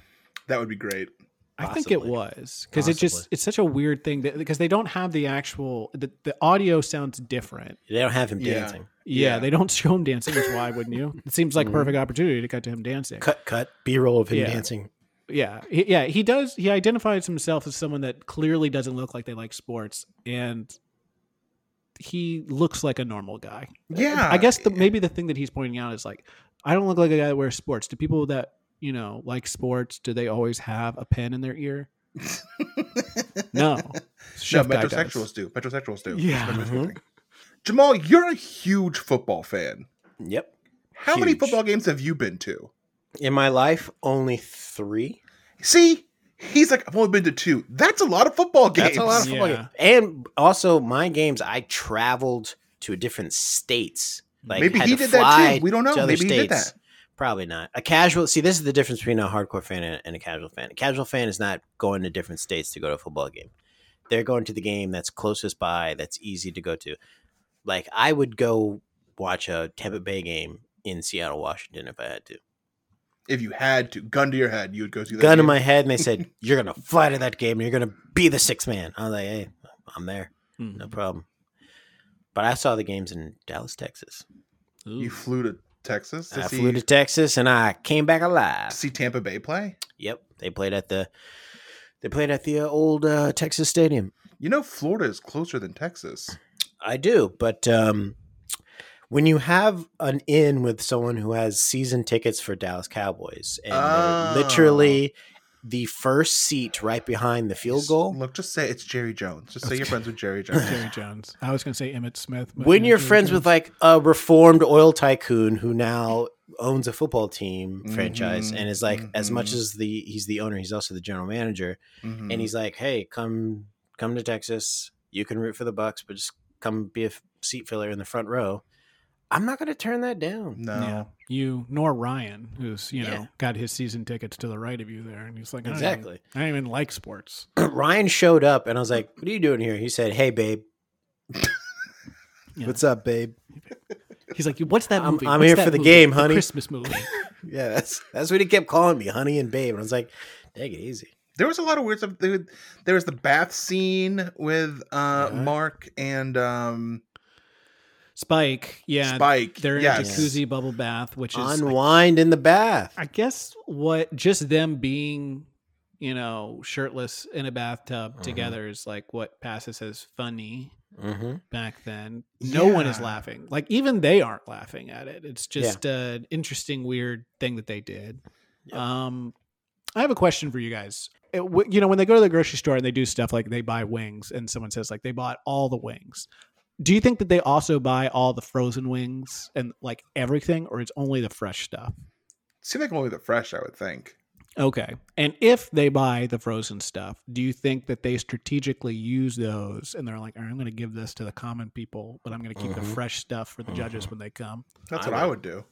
Speaker 4: That would be great.
Speaker 3: i think it
Speaker 2: Possibly.
Speaker 3: was because it just
Speaker 2: Possibly.
Speaker 3: it's such a weird thing that because they don't have the actual the, the audio sounds different
Speaker 2: They don't have him
Speaker 4: Yeah.
Speaker 2: dancing.
Speaker 3: yeah, they don't show him dancing which why wouldn't you it seems like a perfect opportunity to cut to him dancing
Speaker 2: Mm-hmm. Cut, cut, B roll of him
Speaker 3: Yeah.
Speaker 2: dancing.
Speaker 3: yeah he, yeah he does he identifies himself as someone that clearly doesn't look like they like sports and he looks like a normal guy
Speaker 4: Uh, Yeah.
Speaker 3: I guess the, maybe the thing that he's pointing out is like, I don't look like a guy that wears sports. Do people that you know like sports? Do they always have a pen in their ear? No,
Speaker 4: No,
Speaker 3: Chef guy does.
Speaker 4: metrosexuals do. Metrosexuals do.
Speaker 3: Yeah.
Speaker 4: Metrosexual thing. Jamal, you're a huge football fan.
Speaker 2: Yep.
Speaker 4: How many
Speaker 2: Huge.
Speaker 4: football games have you been to?
Speaker 2: In my life, only three.
Speaker 4: See, he's like, I've only been to two. That's a lot of football games.
Speaker 2: That's a lot of football
Speaker 3: Yeah.
Speaker 2: games. And also, my games, I traveled to different states. Like,
Speaker 4: Maybe
Speaker 2: had
Speaker 4: he
Speaker 2: to
Speaker 4: did that
Speaker 2: fly
Speaker 4: too. We don't know.
Speaker 2: to other
Speaker 4: Maybe he did that.
Speaker 2: Probably not. A casual. See, this is the difference between a hardcore fan and, and a casual fan. A casual fan is not going to different states to go to a football game. They're going to the game that's closest by, that's easy to go to. Like I would go watch a Tampa Bay game in Seattle, Washington, if I had to.
Speaker 4: If you had to, gun to your head, you would go see that.
Speaker 2: Gun in
Speaker 4: game.
Speaker 2: my head, and they said, "You're gonna fly to that game. and You're gonna be the sixth man." I was like, "Hey, I'm there, no problem." But I saw the games in Dallas, Texas.
Speaker 4: You flew to Texas to
Speaker 2: I
Speaker 4: see,
Speaker 2: flew to Texas, and I came back alive.
Speaker 4: see Tampa Bay play.
Speaker 2: Yep, they played at the they played at the uh, old uh, Texas Stadium.
Speaker 4: You know, Florida is closer than Texas.
Speaker 2: I do, but um, when you have an in with someone who has season tickets for Dallas Cowboys and they're literally the first seat right behind the field goal,
Speaker 4: Look, just say it's Jerry Jones. Just say you're friends with Jerry Jones.
Speaker 3: Jerry Jones. I was gonna say Emmett Smith. but
Speaker 2: when
Speaker 3: yeah,
Speaker 2: you're
Speaker 3: Jerry
Speaker 2: friends with
Speaker 3: Jones.
Speaker 2: like a reformed oil tycoon who now owns a football team
Speaker 3: Mm-hmm.
Speaker 2: franchise and is like as much as the he's the owner he's also the general manager
Speaker 4: Mm-hmm.
Speaker 3: Mm-hmm.
Speaker 2: and he's like hey come come to texas you can root for the bucks but just come be a f- seat filler in the front row i'm not going to turn that down
Speaker 4: no.
Speaker 3: Yeah. you nor Ryan, who's you know
Speaker 2: Yeah.
Speaker 3: got his season tickets to the right of you there, and he's like, I don't
Speaker 2: Exactly.
Speaker 3: even- I don't even like sports.
Speaker 2: ryan showed up and i was like what are you doing here he said hey babe
Speaker 3: Yeah.
Speaker 2: what's up babe
Speaker 3: He's like, what's that
Speaker 2: I'm-
Speaker 3: movie?
Speaker 2: I'm
Speaker 3: What's
Speaker 2: here
Speaker 3: that
Speaker 2: for the
Speaker 3: movie?
Speaker 2: game, honey."
Speaker 3: Christmas movie.
Speaker 2: yeah that's that's what he kept calling me honey and babe and i was like take it easy
Speaker 4: There was a lot of weird stuff. There there was the bath scene with uh, Mark and um,
Speaker 7: Spike, yeah,
Speaker 4: Spike,
Speaker 7: They're in
Speaker 4: yes.
Speaker 7: a jacuzzi bubble bath, which is like,
Speaker 2: Unwind in the bath.
Speaker 7: I guess what just them being, you know, shirtless in a bathtub together is like what passes as funny
Speaker 2: Mm-hmm.
Speaker 7: back then. No one is
Speaker 4: Yeah.
Speaker 7: laughing. Like even they aren't laughing at it. It's just an interesting, weird thing that they did. Um, I have a question for you guys. It, w- you know, when they go to the grocery store and they do stuff like they buy wings, and someone says like they bought all the wings. Do you think that they also buy all the frozen wings and like everything, or it's only the fresh stuff?
Speaker 4: Seems like only the fresh, I would think.
Speaker 7: Okay. And if they buy the frozen stuff, do you think that they strategically use those and they're like, "All right, I'm going to give this to the common people, but I'm going to keep the fresh stuff for the judges when they come?
Speaker 4: That's what I would do.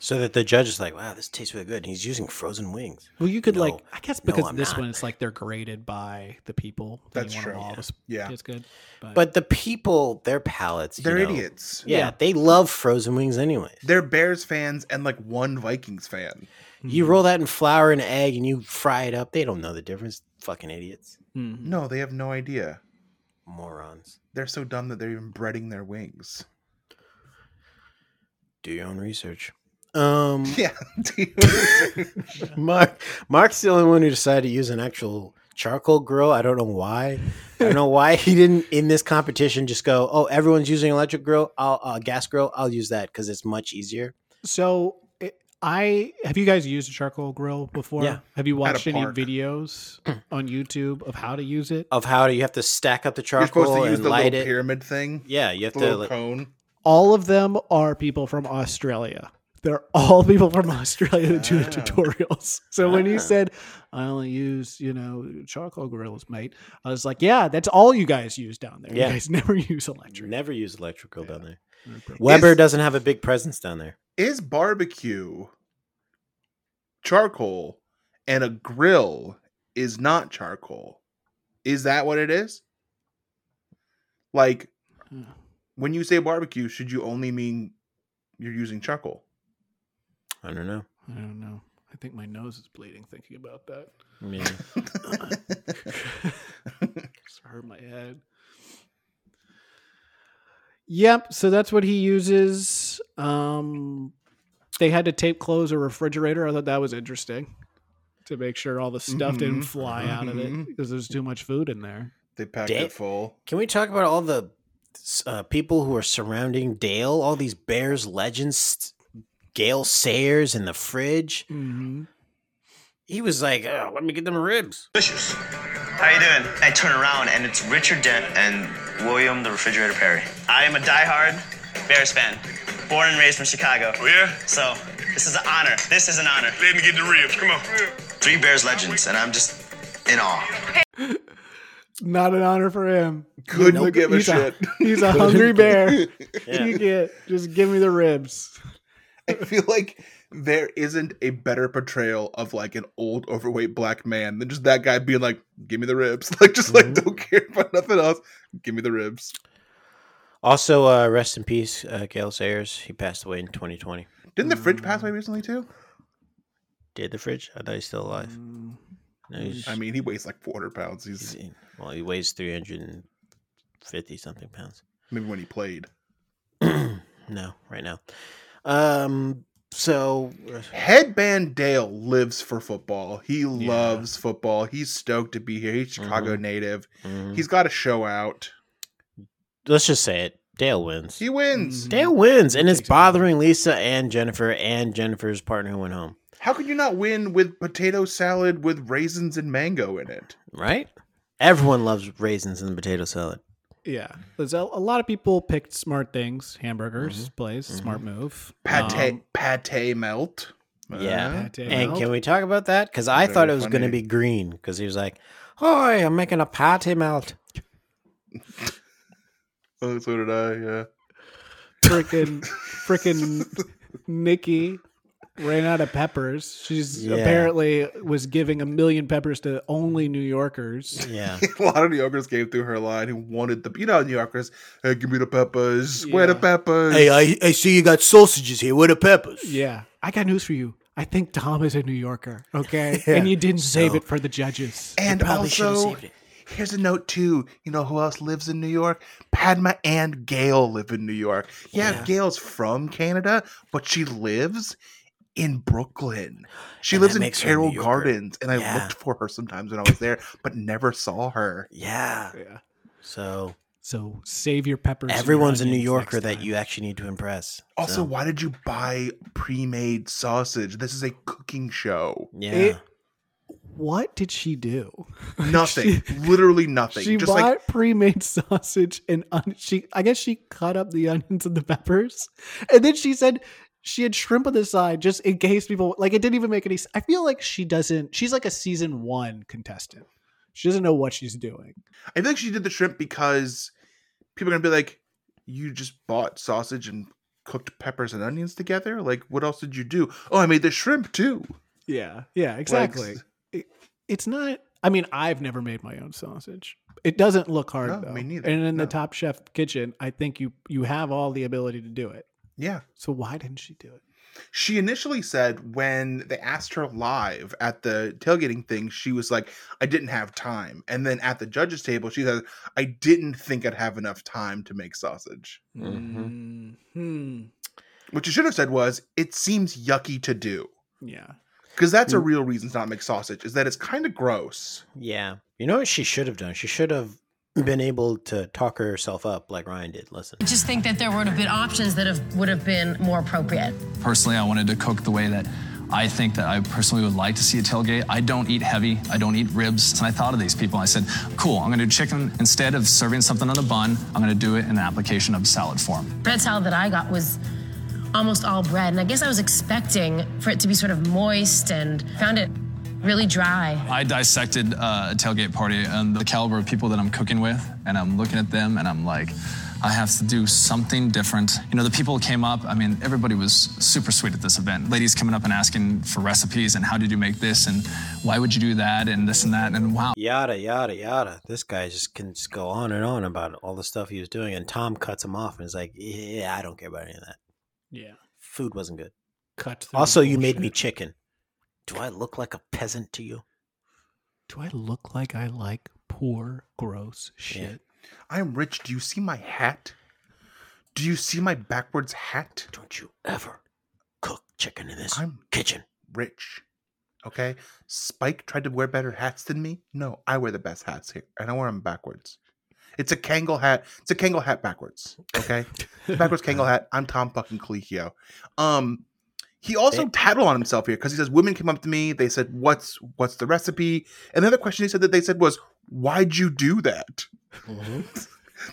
Speaker 2: So that the judge is like, wow, this tastes really good. And he's using frozen wings.
Speaker 7: Well, you could
Speaker 2: No.
Speaker 7: like, I guess
Speaker 2: No,
Speaker 7: because
Speaker 2: I'm
Speaker 7: this
Speaker 2: not.
Speaker 7: one, it's like they're graded by the people. that you
Speaker 4: That's
Speaker 7: want
Speaker 4: true.
Speaker 7: them all to s-
Speaker 4: Yeah.
Speaker 7: taste good.
Speaker 2: But the people, their palates, you
Speaker 4: They're
Speaker 2: know,
Speaker 4: idiots.
Speaker 2: Yeah,
Speaker 7: Yeah.
Speaker 2: they love frozen wings anyway.
Speaker 4: They're Bears fans and like one Vikings fan.
Speaker 2: You roll that in flour and egg and you fry it up. They don't know the difference. Fucking idiots.
Speaker 7: Mhm.
Speaker 4: No, they have no idea.
Speaker 2: Morons.
Speaker 4: They're so dumb that they're even breading their wings.
Speaker 2: Do your own research. Um,
Speaker 4: Yeah.
Speaker 2: Mark, Mark's the only one who decided to use an actual charcoal grill. I don't know why. I don't know why he didn't in this competition just go, "Oh, everyone's using electric grill. I'll uh, gas grill. I'll use that because it's much easier."
Speaker 7: So it, I have you guys used a charcoal grill before?
Speaker 2: Yeah.
Speaker 7: Have you watched any
Speaker 4: park.
Speaker 7: videos on YouTube of how to use it?
Speaker 2: Of how do you have to stack up the
Speaker 4: You're
Speaker 2: charcoal
Speaker 4: supposed to use
Speaker 2: and
Speaker 4: the
Speaker 2: light
Speaker 4: little
Speaker 2: it?
Speaker 4: pyramid thing.
Speaker 2: Yeah, you have
Speaker 4: The
Speaker 2: to.
Speaker 4: little
Speaker 2: Like,
Speaker 4: cone.
Speaker 7: all of them are people from Australia. They're all people from Australia that do the tutorials. So when you said, I only use, you know, charcoal gorillas, mate, I was like, yeah, that's all you guys use down there.
Speaker 2: Yeah.
Speaker 7: You guys never use electric.
Speaker 2: never use electric grill down there. Weber
Speaker 4: Is-
Speaker 2: doesn't have a big presence down there.
Speaker 4: Is barbecue charcoal and a grill is not charcoal? Is that what it is? Like when you say barbecue, should you only mean you're using charcoal?
Speaker 2: I don't know.
Speaker 7: I don't know. I think my nose is bleeding thinking about that.
Speaker 2: Yeah.
Speaker 7: It's hurt my head. Yep. So that's what he uses. Um, they had to tape close a refrigerator. I thought that was interesting to make sure all the stuff didn't
Speaker 4: Mhm.
Speaker 7: fly out of it
Speaker 4: Mhm.
Speaker 7: because there's too much food in there.
Speaker 4: They packed
Speaker 2: Da-
Speaker 4: it full.
Speaker 2: Can we talk about all the uh, people who are surrounding Dale? All these Bears legends, Gail Sayers in the fridge.
Speaker 7: Mm-hmm.
Speaker 2: He was like, oh, "Let me get them ribs."
Speaker 9: Delicious.
Speaker 8: How you doing? I turn around and it's Richard Dent and William the Refrigerator Perry. I am a diehard Bears fan, born and raised from Chicago.
Speaker 10: Oh yeah?
Speaker 8: So this is an honor. This is an honor.
Speaker 10: Let me get the ribs. Come on.
Speaker 8: Three Bears legends, and I'm just in awe.
Speaker 7: Not an honor for him.
Speaker 4: Couldn't
Speaker 7: Nope.
Speaker 4: give a
Speaker 7: he's
Speaker 4: shit.
Speaker 7: he's a hungry bear. You get just give me the ribs.
Speaker 4: I feel like there isn't a better portrayal of like an old overweight black man than just that guy being like, "Give me the ribs," like just like
Speaker 2: Mm-hmm.
Speaker 4: don't care about nothing else. Give me the ribs.
Speaker 2: Also, uh, rest in peace, uh, Gail Sayers. He passed away in 2020.
Speaker 4: Didn't the fridge
Speaker 2: Mm.
Speaker 4: pass away recently too?
Speaker 2: Did the fridge? I thought he's still alive. No, he's,
Speaker 4: I mean, he weighs like 400 pounds. He's
Speaker 2: he's- well, he weighs 350 something pounds.
Speaker 4: maybe when he played.
Speaker 2: No, right now. Um. So
Speaker 4: Headband Dale lives for football. He loves football. He's stoked to be here. He's Chicago native.
Speaker 2: mm,
Speaker 4: He's got a show out.
Speaker 2: let's just say it. Dale wins.
Speaker 4: He wins.
Speaker 2: Dale wins, and it's bothering Lisa and Jennifer and Jennifer's partner who went home.
Speaker 4: How could you not win with potato salad with raisins and mango in it?
Speaker 2: Right? Everyone loves raisins in the potato salad.
Speaker 7: Yeah. There's a, a lot of people picked smart things. Hamburgers,
Speaker 2: Mm-hmm.
Speaker 7: place, smart move.
Speaker 4: Pate
Speaker 7: Um,
Speaker 4: pate melt.
Speaker 2: Yeah.
Speaker 7: Pate
Speaker 2: And
Speaker 7: melt.
Speaker 2: can we talk about that? Because I thought it
Speaker 4: Very
Speaker 2: was going to be
Speaker 4: funny.
Speaker 2: green because he was like, "Hi, I'm making a party melt."
Speaker 4: Oh, so did I. Yeah.
Speaker 7: freaking freaking Nikki ran out of peppers. She's
Speaker 2: Yeah.
Speaker 7: apparently was giving a million peppers to only New Yorkers.
Speaker 2: Yeah.
Speaker 4: a lot of New Yorkers came through her line who wanted the you know New Yorkers. Hey, give me the peppers. Where the
Speaker 7: Yeah.
Speaker 4: peppers?
Speaker 2: I, I see you got sausages here. Where the peppers?
Speaker 7: Yeah. I got news for you. I think Tom is a New Yorker, okay? And you didn't save it for the judges.
Speaker 4: and also, Here's a note too. You know who else lives in New York? Padma and Gail live in New York. Yeah,
Speaker 2: Yeah.
Speaker 4: Gail's from Canada, but she lives in Brooklyn. She
Speaker 2: And
Speaker 4: lives
Speaker 2: that
Speaker 4: in
Speaker 2: makes her a New
Speaker 4: Carroll
Speaker 2: Yorker.
Speaker 4: Gardens, and I
Speaker 2: Yeah.
Speaker 4: looked for her sometimes when I was there, but never saw her.
Speaker 2: Yeah.
Speaker 3: Yeah.
Speaker 2: So
Speaker 3: So save your peppers. and your
Speaker 2: everyone's a New
Speaker 3: onions
Speaker 2: Yorker
Speaker 3: next
Speaker 2: that
Speaker 3: time.
Speaker 2: you actually need to impress.
Speaker 4: Also,
Speaker 2: So,
Speaker 4: why did you buy pre-made sausage? This is a cooking show.
Speaker 2: yeah.
Speaker 3: It- What did she do?
Speaker 4: Nothing. literally nothing.
Speaker 3: She
Speaker 4: Just
Speaker 3: bought
Speaker 4: like
Speaker 3: pre-made sausage and on- she. I guess she cut up the onions and the peppers, and then she said she had shrimp on the side just in case people like it. Didn't even make any. s- I feel like she doesn't. She's like a season one contestant. She doesn't know what she's doing.
Speaker 4: I think she did the shrimp because people are gonna be like, "You just bought sausage and cooked peppers and onions together. Like, what else did you do? Oh, I made the shrimp too.
Speaker 3: Yeah. Yeah. Exactly. It- it's not. I mean, I've never made my own sausage. It doesn't look hard
Speaker 4: No,
Speaker 3: though.
Speaker 4: me neither.
Speaker 3: And in
Speaker 4: No.
Speaker 3: the Top Chef kitchen, I think you you have all the ability to do it.
Speaker 4: Yeah."
Speaker 3: So why didn't she do it?
Speaker 4: She initially said when they asked her live at the tailgating thing, she was like, "I didn't have time." And then at the judges' table, she said, "I didn't think I'd have enough time to make sausage."
Speaker 3: Hmm.
Speaker 4: What you should have said was, "It seems yucky to do."
Speaker 3: Yeah.
Speaker 4: Because that's a real reason to not make sausage is that it's kind of gross.
Speaker 2: Yeah. You know what she should have done? She should have been able to talk herself up like Ryan did. Listen.
Speaker 11: just think that there would have been options that have would have been more appropriate.
Speaker 7: Personally, I wanted to cook the way that I think that I personally would like to see a tailgate. I don't eat heavy. I don't eat ribs. And I thought of these people. I said, cool, I'm going to do chicken. Instead of serving something on a bun, I'm going to do it in an application of salad form.
Speaker 11: Bread salad that I got was almost all bread, and I guess I was expecting for it to be sort of moist and found it really dry.
Speaker 7: I dissected uh, a tailgate party and the caliber of people that I'm cooking with. And I'm looking at them and I'm like, I have to do something different. You know, the people who came up, I mean, everybody was super sweet at this event. Ladies coming up and asking for recipes and how did you make this and why would you do that and this and that. And wow.
Speaker 2: Yada yada yada. This guy just can just go on and on about all the stuff he was doing, and Tom cuts him off and is like, "Yeah, I don't care about any of that.
Speaker 3: Yeah.
Speaker 2: Food wasn't good.
Speaker 3: Cut. through the
Speaker 2: Also, you made me
Speaker 3: bullshit.
Speaker 2: chicken. Do I look like a peasant to you?
Speaker 3: Do I look like I like poor, gross shit?
Speaker 4: I'm rich. Do you see my hat? Do you see my backwards hat?
Speaker 2: Don't you ever cook chicken in this
Speaker 4: I'm
Speaker 2: kitchen?
Speaker 4: rich. Okay? Spike tried to wear better hats than me. No, I wear the best hats here, and I wear them backwards. It's a Kangol hat. It's a Kangol hat backwards. Okay? backwards Kangol hat. I'm Tom fucking Colicchio. Um he also tattled on himself here because he says women came up to me, they said, What's what's the recipe? And the other question he said that they said was, Why'd you do that?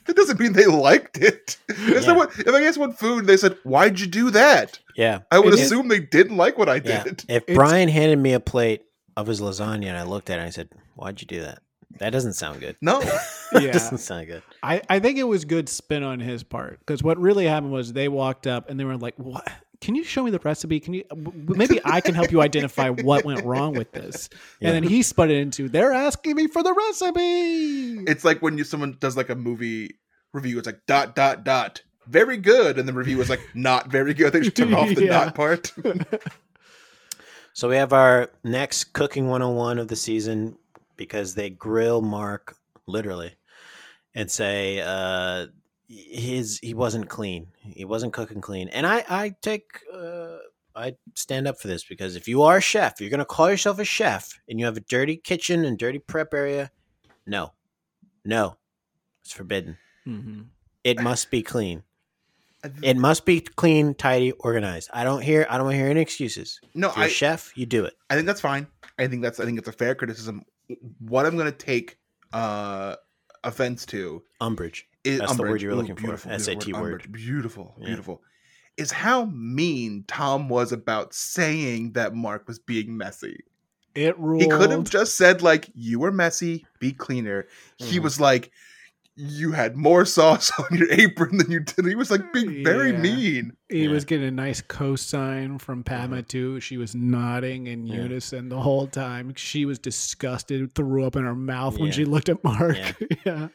Speaker 4: that doesn't mean they liked it. If,
Speaker 2: Yeah.
Speaker 4: someone, if I guess what food they said, Why'd you do that?
Speaker 2: Yeah,
Speaker 4: I would
Speaker 3: It is-
Speaker 4: assume they didn't like what I
Speaker 2: yeah.
Speaker 4: did.
Speaker 2: If Brian handed me a plate of his lasagna and I looked at it, and I said, "Why'd you do that? That doesn't sound good.
Speaker 4: No.
Speaker 2: That doesn't sound good."
Speaker 3: I, I think it was good spin on his part because what really happened was they walked up and they were like, "What? Can you show me the recipe? Can you w- w- maybe I can help you identify what went wrong with this?" And then he spun it into, "They're asking me for the recipe."
Speaker 4: It's like when you someone does like a movie review, it's like dot dot dot. Very good, and the review was like not very good. They just took off the
Speaker 3: Yeah.
Speaker 4: not part.
Speaker 2: So we have our next cooking 101 of the season because they grill Mark literally and say uh his he wasn't clean. He wasn't cooking clean. And I I take uh I stand up for this because if you are a chef, you're going to call yourself a chef and you have a dirty kitchen and dirty prep area, no. No. It's forbidden. It must be clean. It must be clean, tidy, organized. I don't hear I don't want to hear any excuses.
Speaker 4: No,
Speaker 2: If you're a
Speaker 4: I-
Speaker 2: chef, you do it.
Speaker 4: I think that's fine. I think that's I think it's a fair criticism. What I'm gonna take uh offense to
Speaker 2: Umbrage.
Speaker 4: is
Speaker 2: That's the word you were
Speaker 4: Ooh,
Speaker 2: looking for. SAT
Speaker 4: beautiful
Speaker 2: word.
Speaker 4: umbrage. Beautiful,
Speaker 2: Yeah.
Speaker 4: beautiful. Is how mean Tom was about saying that Mark was being messy.
Speaker 3: It ruled.
Speaker 4: He could have just said like, "You were messy. Be cleaner."
Speaker 2: Mm-hmm.
Speaker 4: He was like, "You had more sauce on your apron than you did." He was like being very
Speaker 3: Yeah.
Speaker 4: mean.
Speaker 3: He
Speaker 2: Yeah.
Speaker 3: was getting a nice cosign from Padma too. She was nodding in
Speaker 2: Yeah.
Speaker 3: unison the whole time. She was disgusted, threw up in her mouth when
Speaker 2: Yeah.
Speaker 3: she looked at Mark.
Speaker 2: Yeah.
Speaker 3: yeah.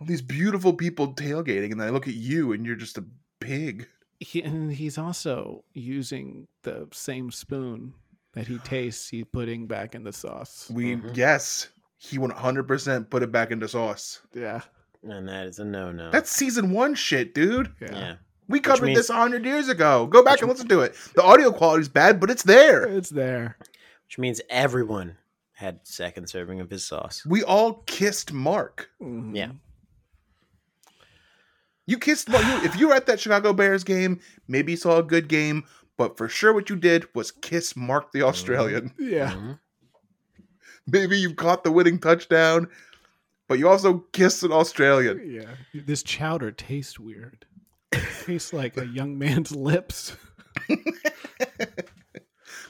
Speaker 4: All these beautiful people tailgating, and then I look at you, and you're just a pig.
Speaker 3: he and he's also using
Speaker 2: Mm-hmm.
Speaker 3: the same spoon that he tastes he's putting back in the sauce
Speaker 4: We yes, he 100% put it back into sauce.
Speaker 3: Yeah.
Speaker 2: and that is a no no.
Speaker 4: That's season one shit, dude.
Speaker 2: yeah.
Speaker 4: We covered
Speaker 2: means-
Speaker 4: this this 100 years ago. Go back and listen to it. The audio quality's bad, but it's there.
Speaker 3: It's there.
Speaker 2: Which means everyone had second serving of his sauce.
Speaker 4: We all kissed Mark.
Speaker 3: Mm.
Speaker 2: Yeah.
Speaker 4: You kissed Mark. You, if you were at that Chicago Bears game, maybe you saw a good game, but for sure what you did was kiss Mark the Australian.
Speaker 3: Yeah.
Speaker 2: Mm-hmm.
Speaker 4: Maybe you caught the winning touchdown, but you also kissed an
Speaker 2: Mm.
Speaker 4: Australian.
Speaker 3: Yeah. This chowder tastes weird. It tastes like a young man's lips.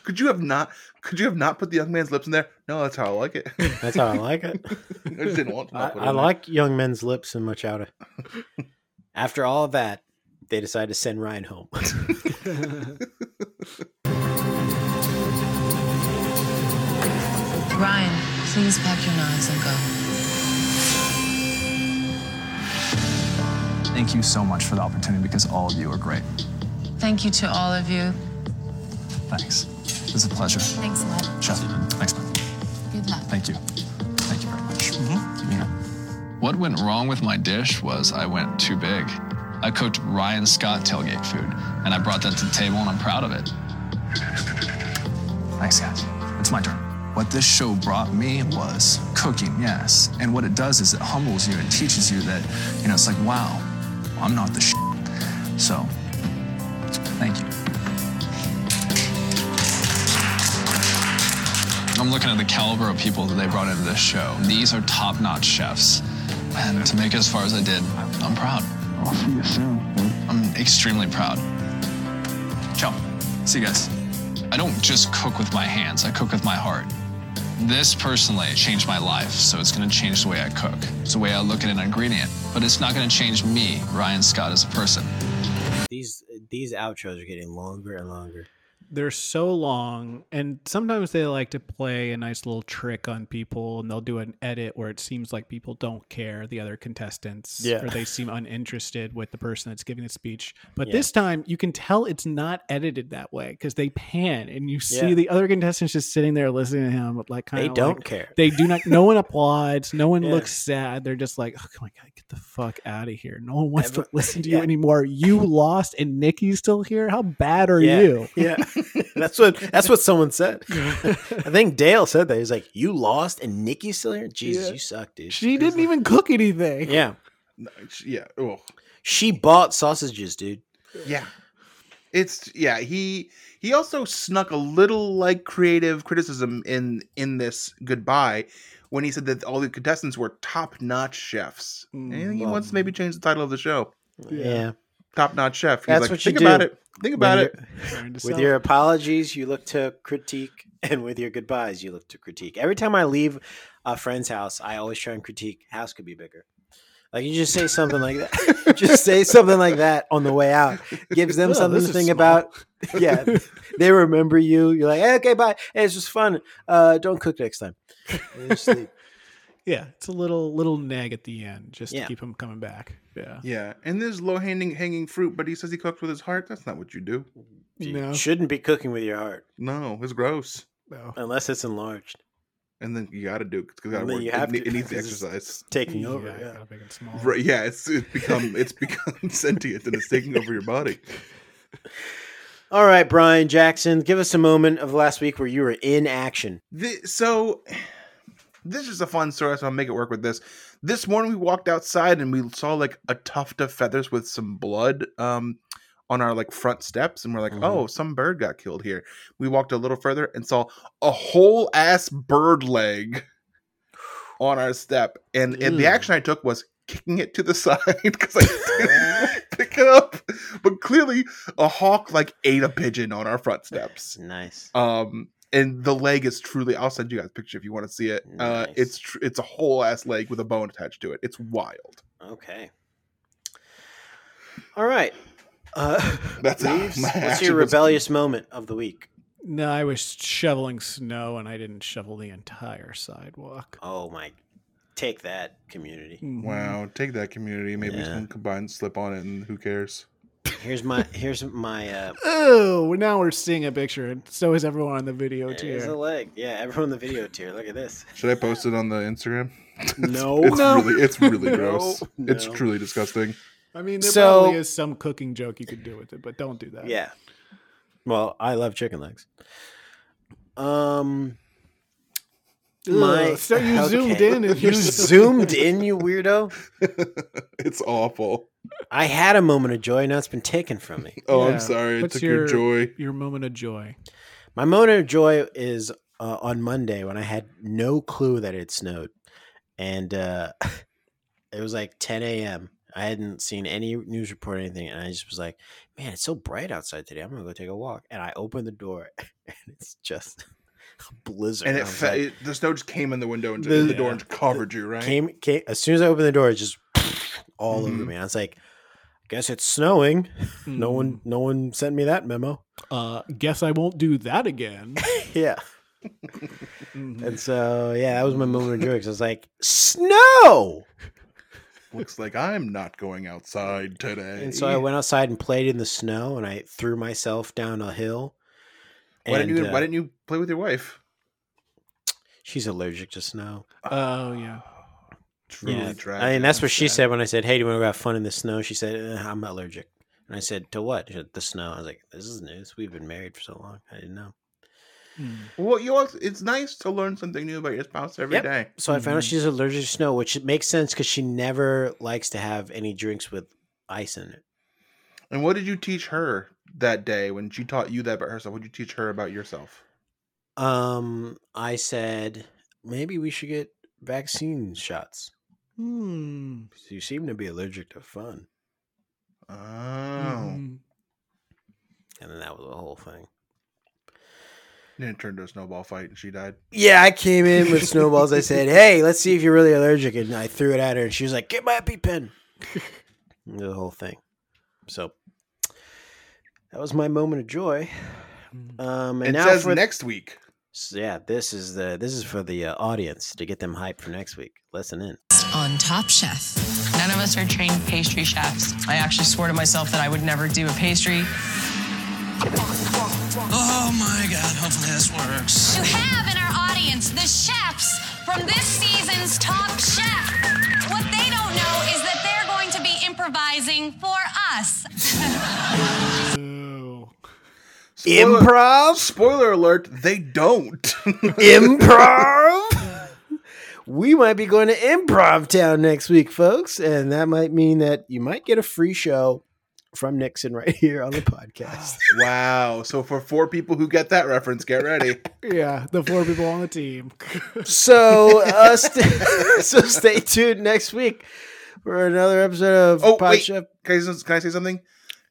Speaker 4: Could you have not? Could you have not put the young man's lips in there? No, that's how I like it. I
Speaker 2: That's how I like it.
Speaker 4: just didn't want to.
Speaker 2: I,
Speaker 4: not put it
Speaker 2: I
Speaker 4: in there.
Speaker 2: like young men's lips and much outer. After all of that, they decide to send Ryan home.
Speaker 11: Ryan, please pack your knives and go.
Speaker 12: Thank you so much for the opportunity because all of you are great.
Speaker 11: Thank you to all of you.
Speaker 12: Thanks. It's a pleasure.
Speaker 11: Thanks a lot.
Speaker 12: Chef, thanks, man.
Speaker 11: Good luck.
Speaker 12: Thank you. Thank you very much.
Speaker 7: Mm-hmm. What went wrong with my dish was I went too big. I cooked Ryan Scott tailgate food, and I brought that to the table, and I'm proud of it.
Speaker 12: Thanks, guys. It's my turn. What this show brought me was cooking, yes. And what it does is it humbles you and teaches you that, you know, it's like, wow, I'm not the shit. So, thank you.
Speaker 7: I'm looking at the caliber of people that they brought into this show. These are top notch chefs. And to make it as far as I did, I'm proud. I'll see you soon. I'm extremely proud. Ciao. See you guys. I don't just cook with my hands, I cook with my heart. This personally changed my life, so it's gonna change the way I cook. It's the way I look at an ingredient, but it's not gonna change me, Ryan Scott, as a person.
Speaker 2: these these outros are getting longer and longer.
Speaker 3: They're so long, and sometimes they like to play a nice little trick on people, and they'll do an edit where it seems like people don't care, the other contestants,
Speaker 2: Yeah.
Speaker 3: or they seem uninterested with the person that's giving the speech. But this time, you can tell it's not edited that way because they pan, and you see
Speaker 2: Yeah.
Speaker 3: the other contestants just sitting there listening to him, with, like kind
Speaker 2: They
Speaker 3: of
Speaker 2: don't care.
Speaker 3: They do not. No one applauds. No one
Speaker 2: Yeah.
Speaker 3: looks sad. They're just like, oh my god, get the fuck out of here. No one wants
Speaker 2: Every-
Speaker 3: to listen to you
Speaker 2: yeah.
Speaker 3: anymore. You lost, and Nikki's still here. How bad are
Speaker 2: yeah,
Speaker 3: you?
Speaker 2: yeah. That's what that's what someone said. I think Dale said that. He's like, "You lost, and Nikki's still here. Jesus,
Speaker 3: Yeah.
Speaker 2: you suck, dude."
Speaker 3: She didn't even cook anything.
Speaker 2: yeah,
Speaker 4: Yeah. Oh.
Speaker 2: she bought sausages, dude.
Speaker 4: Yeah. It's yeah, he he also snuck a little like creative criticism in in this goodbye when he said that all the contestants were top-notch chefs.
Speaker 2: Mm,
Speaker 4: And I think he wants to maybe change the title of the show.
Speaker 2: Yeah,
Speaker 4: Top-notch chef. He's
Speaker 2: That's
Speaker 4: like,
Speaker 2: what you
Speaker 4: think about
Speaker 2: do
Speaker 4: it. Think about
Speaker 2: When
Speaker 4: it.
Speaker 2: with your apologies, you look to critique, and with your goodbyes, you look to critique. Every time I leave a friend's house, I always try and critique. House could be bigger. Like you just say something like that. just say something like that on the way out. Gives them
Speaker 3: Oh,
Speaker 2: something
Speaker 3: this
Speaker 2: to think
Speaker 3: is small.
Speaker 2: about. Yeah, they remember you. You're like, hey, okay, bye. Hey, it's just fun. Uh, don't cook next time. And just leave.
Speaker 3: yeah, it's a little little nag at the end just
Speaker 2: Yeah.
Speaker 3: to keep him coming back. Yeah,
Speaker 4: Yeah. And there's low-hanging hanging fruit, but he says he cooked with his heart. That's not what you do.
Speaker 2: you
Speaker 3: No.
Speaker 2: shouldn't be cooking with your heart
Speaker 4: No, it's gross.
Speaker 3: no.
Speaker 2: unless it's enlarged,
Speaker 4: And then you got to do it 'cause it gotta
Speaker 2: And then
Speaker 4: work.
Speaker 2: you
Speaker 4: It
Speaker 2: have
Speaker 4: ne-
Speaker 2: to,
Speaker 4: it needs the
Speaker 2: 'cause it's-
Speaker 4: exercise.
Speaker 2: taking over.
Speaker 3: Yeah,
Speaker 2: Yeah.
Speaker 3: gotta make it small.
Speaker 4: Right, yeah, it's it's become it's become sentient and it's taking over your body.
Speaker 2: All right, Brian Jackson, give us a moment of last week where you were in action.
Speaker 4: Thi- so this is a fun story, so I'll make it work with this. This morning we walked outside and we saw like a tuft of feathers with some blood um on our like front steps, and we're like,
Speaker 2: Mm-hmm.
Speaker 4: oh, some bird got killed here. We walked a little further and saw a whole ass bird leg on our step. And, and the
Speaker 2: Ew.
Speaker 4: action I took was kicking it to the side because I didn't pick it up. But clearly a hawk like ate a pigeon on our front steps.
Speaker 2: Nice.
Speaker 4: Um, and the leg is truly. I'll send you guys a picture if you want to see it. Uh,
Speaker 2: Nice.
Speaker 4: it's tr- it's a whole ass leg with a bone attached to it. It's wild.
Speaker 2: Okay. All right. Uh,
Speaker 4: That's how
Speaker 2: Reeves,
Speaker 4: my
Speaker 2: what's
Speaker 4: action
Speaker 2: your
Speaker 4: was-
Speaker 2: rebellious moment of the week?
Speaker 3: No, I was shoveling snow and I didn't shovel the entire sidewalk. Mm-hmm.
Speaker 2: Oh my! Take that community.
Speaker 4: Mm-hmm. Wow, take that community. Maybe
Speaker 2: Yeah.
Speaker 4: someone combined slip on it, and who cares?
Speaker 2: Here's my here's my uh
Speaker 3: Oh, well, now we're seeing a picture, and so is everyone on the video
Speaker 2: here's a
Speaker 3: tier.
Speaker 2: leg. Yeah, everyone in the video tier. Look at this.
Speaker 4: Should I post it on the Instagram?
Speaker 2: No.
Speaker 4: it's
Speaker 3: No.
Speaker 4: really it's really gross.
Speaker 2: No.
Speaker 4: It's truly disgusting.
Speaker 3: I mean, there
Speaker 2: So-
Speaker 3: probably is some cooking joke you could do with it, but don't do that.
Speaker 2: Yeah. Well, I love chicken legs. Um my
Speaker 3: Ugh, so you
Speaker 2: okay.
Speaker 3: zoomed in. If
Speaker 2: You
Speaker 3: you're
Speaker 2: zoomed in, you weirdo.
Speaker 4: It's awful.
Speaker 2: I had a moment of joy, now it's been taken from me.
Speaker 4: Oh,
Speaker 3: Yeah.
Speaker 4: I'm sorry. It
Speaker 3: What's
Speaker 4: took your, joy.
Speaker 3: Your moment of joy.
Speaker 2: My moment of joy is uh, on Monday when I had no clue that it snowed, and uh, it was like 10 a.m. I hadn't seen any news report or anything, and I just was like, "Man, it's so bright outside today. I'm gonna go take a walk." And I opened the door, and it's just a blizzard.
Speaker 4: And it,
Speaker 2: I was
Speaker 4: fe-
Speaker 2: like-
Speaker 4: it the snow just came in the window and
Speaker 2: The-
Speaker 4: the, the door and just covered you, right?
Speaker 2: came, came as soon as I opened the door, it just all over
Speaker 4: Mhm.
Speaker 2: me. I was like, "Guess it's snowing." No one,
Speaker 4: Mm-hmm.
Speaker 2: no one sent me that memo.
Speaker 3: Uh, guess I won't do that again. Mm-hmm.
Speaker 2: yeah. and so, yeah, that was my moment of joy because I was like, snow.
Speaker 4: Looks like I'm not going outside today.
Speaker 2: And so I went outside and played in the snow, and I threw myself down a hill.
Speaker 4: Why didn't you
Speaker 2: and, uh,
Speaker 4: Why didn't you play with your wife?
Speaker 2: She's allergic to snow.
Speaker 3: Oh yeah.
Speaker 4: Truly
Speaker 2: yeah, I
Speaker 4: tragic.
Speaker 2: mean, that's what she
Speaker 4: sad.
Speaker 2: said when I said, "Hey, do you want to go have fun in the snow?" She said, "Eh, "I'm allergic." And I said, "To what?" She said, "The snow." I was like, "This is news. We've been married for so long. I didn't know."
Speaker 4: Well, you also, it's nice to learn something new about your spouse every
Speaker 2: Yep.
Speaker 4: day.
Speaker 2: So I
Speaker 4: Mm-hmm.
Speaker 2: found out she's allergic to snow, which makes sense because she never likes to have any drinks with ice in it.
Speaker 4: And what did you teach her that day when she taught you that about herself? What did you teach her about yourself?
Speaker 2: Um, I said maybe we should get vaccine shots.
Speaker 3: Hmm.
Speaker 2: You seem to be allergic to fun,
Speaker 4: Oh,
Speaker 2: Mm-hmm.
Speaker 3: Mhm.
Speaker 2: and then that was the whole thing.
Speaker 4: then it turned to a snowball fight, and she died.
Speaker 2: Yeah, I came in with snowballs. I said, "Hey, let's see if you're really allergic," and I threw it at her, and she was like, "Get my EpiPen." the whole thing. So that was my moment of joy. Um, and
Speaker 4: Mm. it
Speaker 2: now
Speaker 4: says
Speaker 2: for
Speaker 4: next week.
Speaker 2: yeah, this is the this is for the uh, audience to get them hyped for next week. Listen in.
Speaker 11: On Top Chef.
Speaker 5: None of us are trained pastry chefs. I actually swore to myself that I would never do a pastry.
Speaker 7: Oh my god, hopefully this works.
Speaker 13: to have in our audience the chefs from this season's Top Chef. What they don't know is that they're going to be improvising for us.
Speaker 3: Oh.
Speaker 4: Spoiler, Spoiler alert: They don't.
Speaker 2: improv. We might be going to Improv Town next week, folks, and that might mean that you might get a free show from Nixon right here on the podcast.
Speaker 4: wow! So for four people who get that reference, get ready.
Speaker 3: Yeah, the four people on the team.
Speaker 2: so, uh, st- so stay tuned next week for another episode of
Speaker 4: Oh,
Speaker 2: Pod
Speaker 4: wait.
Speaker 2: Chef.
Speaker 4: Can I, can I say something?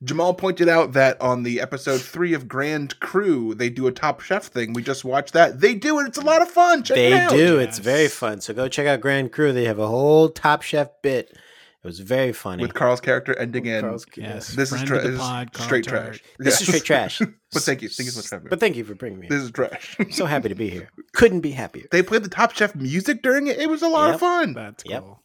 Speaker 4: Jamal pointed out that on the episode three of Grand Crew, they do a Top Chef thing. We just watched that. They do it. It's a lot of fun. Check it
Speaker 2: They
Speaker 4: out.
Speaker 2: do; it's very fun. So go check out Grand Crew. They have a whole Top Chef bit. It was very funny.
Speaker 4: with Carl's character ending in.
Speaker 2: Carl's-
Speaker 3: Yes.
Speaker 4: This is,
Speaker 3: friend
Speaker 4: tra-
Speaker 3: of the
Speaker 4: this is
Speaker 3: pod, Carl
Speaker 4: straight
Speaker 3: Tart.
Speaker 4: trash.
Speaker 2: This
Speaker 4: Yeah.
Speaker 2: is straight trash.
Speaker 4: but thank you. Thank you so much for having me.
Speaker 2: But thank you for bringing me.
Speaker 4: This is trash.
Speaker 2: so happy to be here. Couldn't be happier.
Speaker 4: they played the Top Chef music during it. It was a lot
Speaker 2: Yep.
Speaker 4: of fun.
Speaker 3: That's
Speaker 2: Yep.
Speaker 3: cool.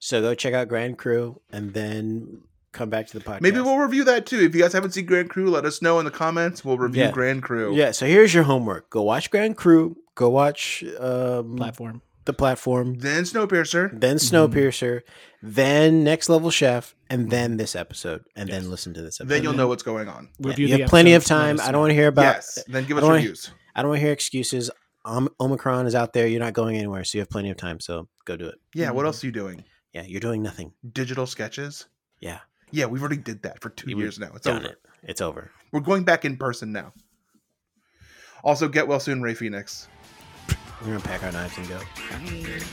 Speaker 2: So go check out Grand Crew and then come back to the podcast.
Speaker 4: Maybe we'll review that too. If you guys haven't seen Grand Crew, let us know in the comments. We'll review
Speaker 2: Yeah.
Speaker 4: Grand Crew.
Speaker 2: Yeah, so here's your homework. Go watch Grand Crew, go watch um
Speaker 3: Platform.
Speaker 2: the platform,
Speaker 4: Then Snowpiercer.
Speaker 2: then Snowpiercer, then Next Level Chef, and then this episode, and then listen to this episode.
Speaker 4: Mm-hmm. Then you'll know what's going on.
Speaker 2: Yeah,
Speaker 3: Review
Speaker 2: you
Speaker 3: the
Speaker 2: have plenty of
Speaker 3: episodes, let
Speaker 2: time.
Speaker 3: us
Speaker 2: I
Speaker 3: know.
Speaker 2: don't want to hear about
Speaker 4: yes. Then
Speaker 2: I
Speaker 4: give us
Speaker 2: don't wanna-
Speaker 4: reviews.
Speaker 2: I don't want to hear excuses. Um, Omicron is out there. You're not going anywhere, so you have plenty of time. So go do it.
Speaker 4: Yeah. What else are you doing?
Speaker 2: Yeah, you're doing nothing.
Speaker 4: Digital sketches.
Speaker 2: Yeah,
Speaker 4: Yeah, we've already did that for two
Speaker 2: You-
Speaker 4: years now. It's
Speaker 2: done
Speaker 4: over.
Speaker 2: it. It's over.
Speaker 4: We're going back in person now. Also, get well soon, Ray Phoenix.
Speaker 2: We're gonna pack our knives and go.
Speaker 4: Bye.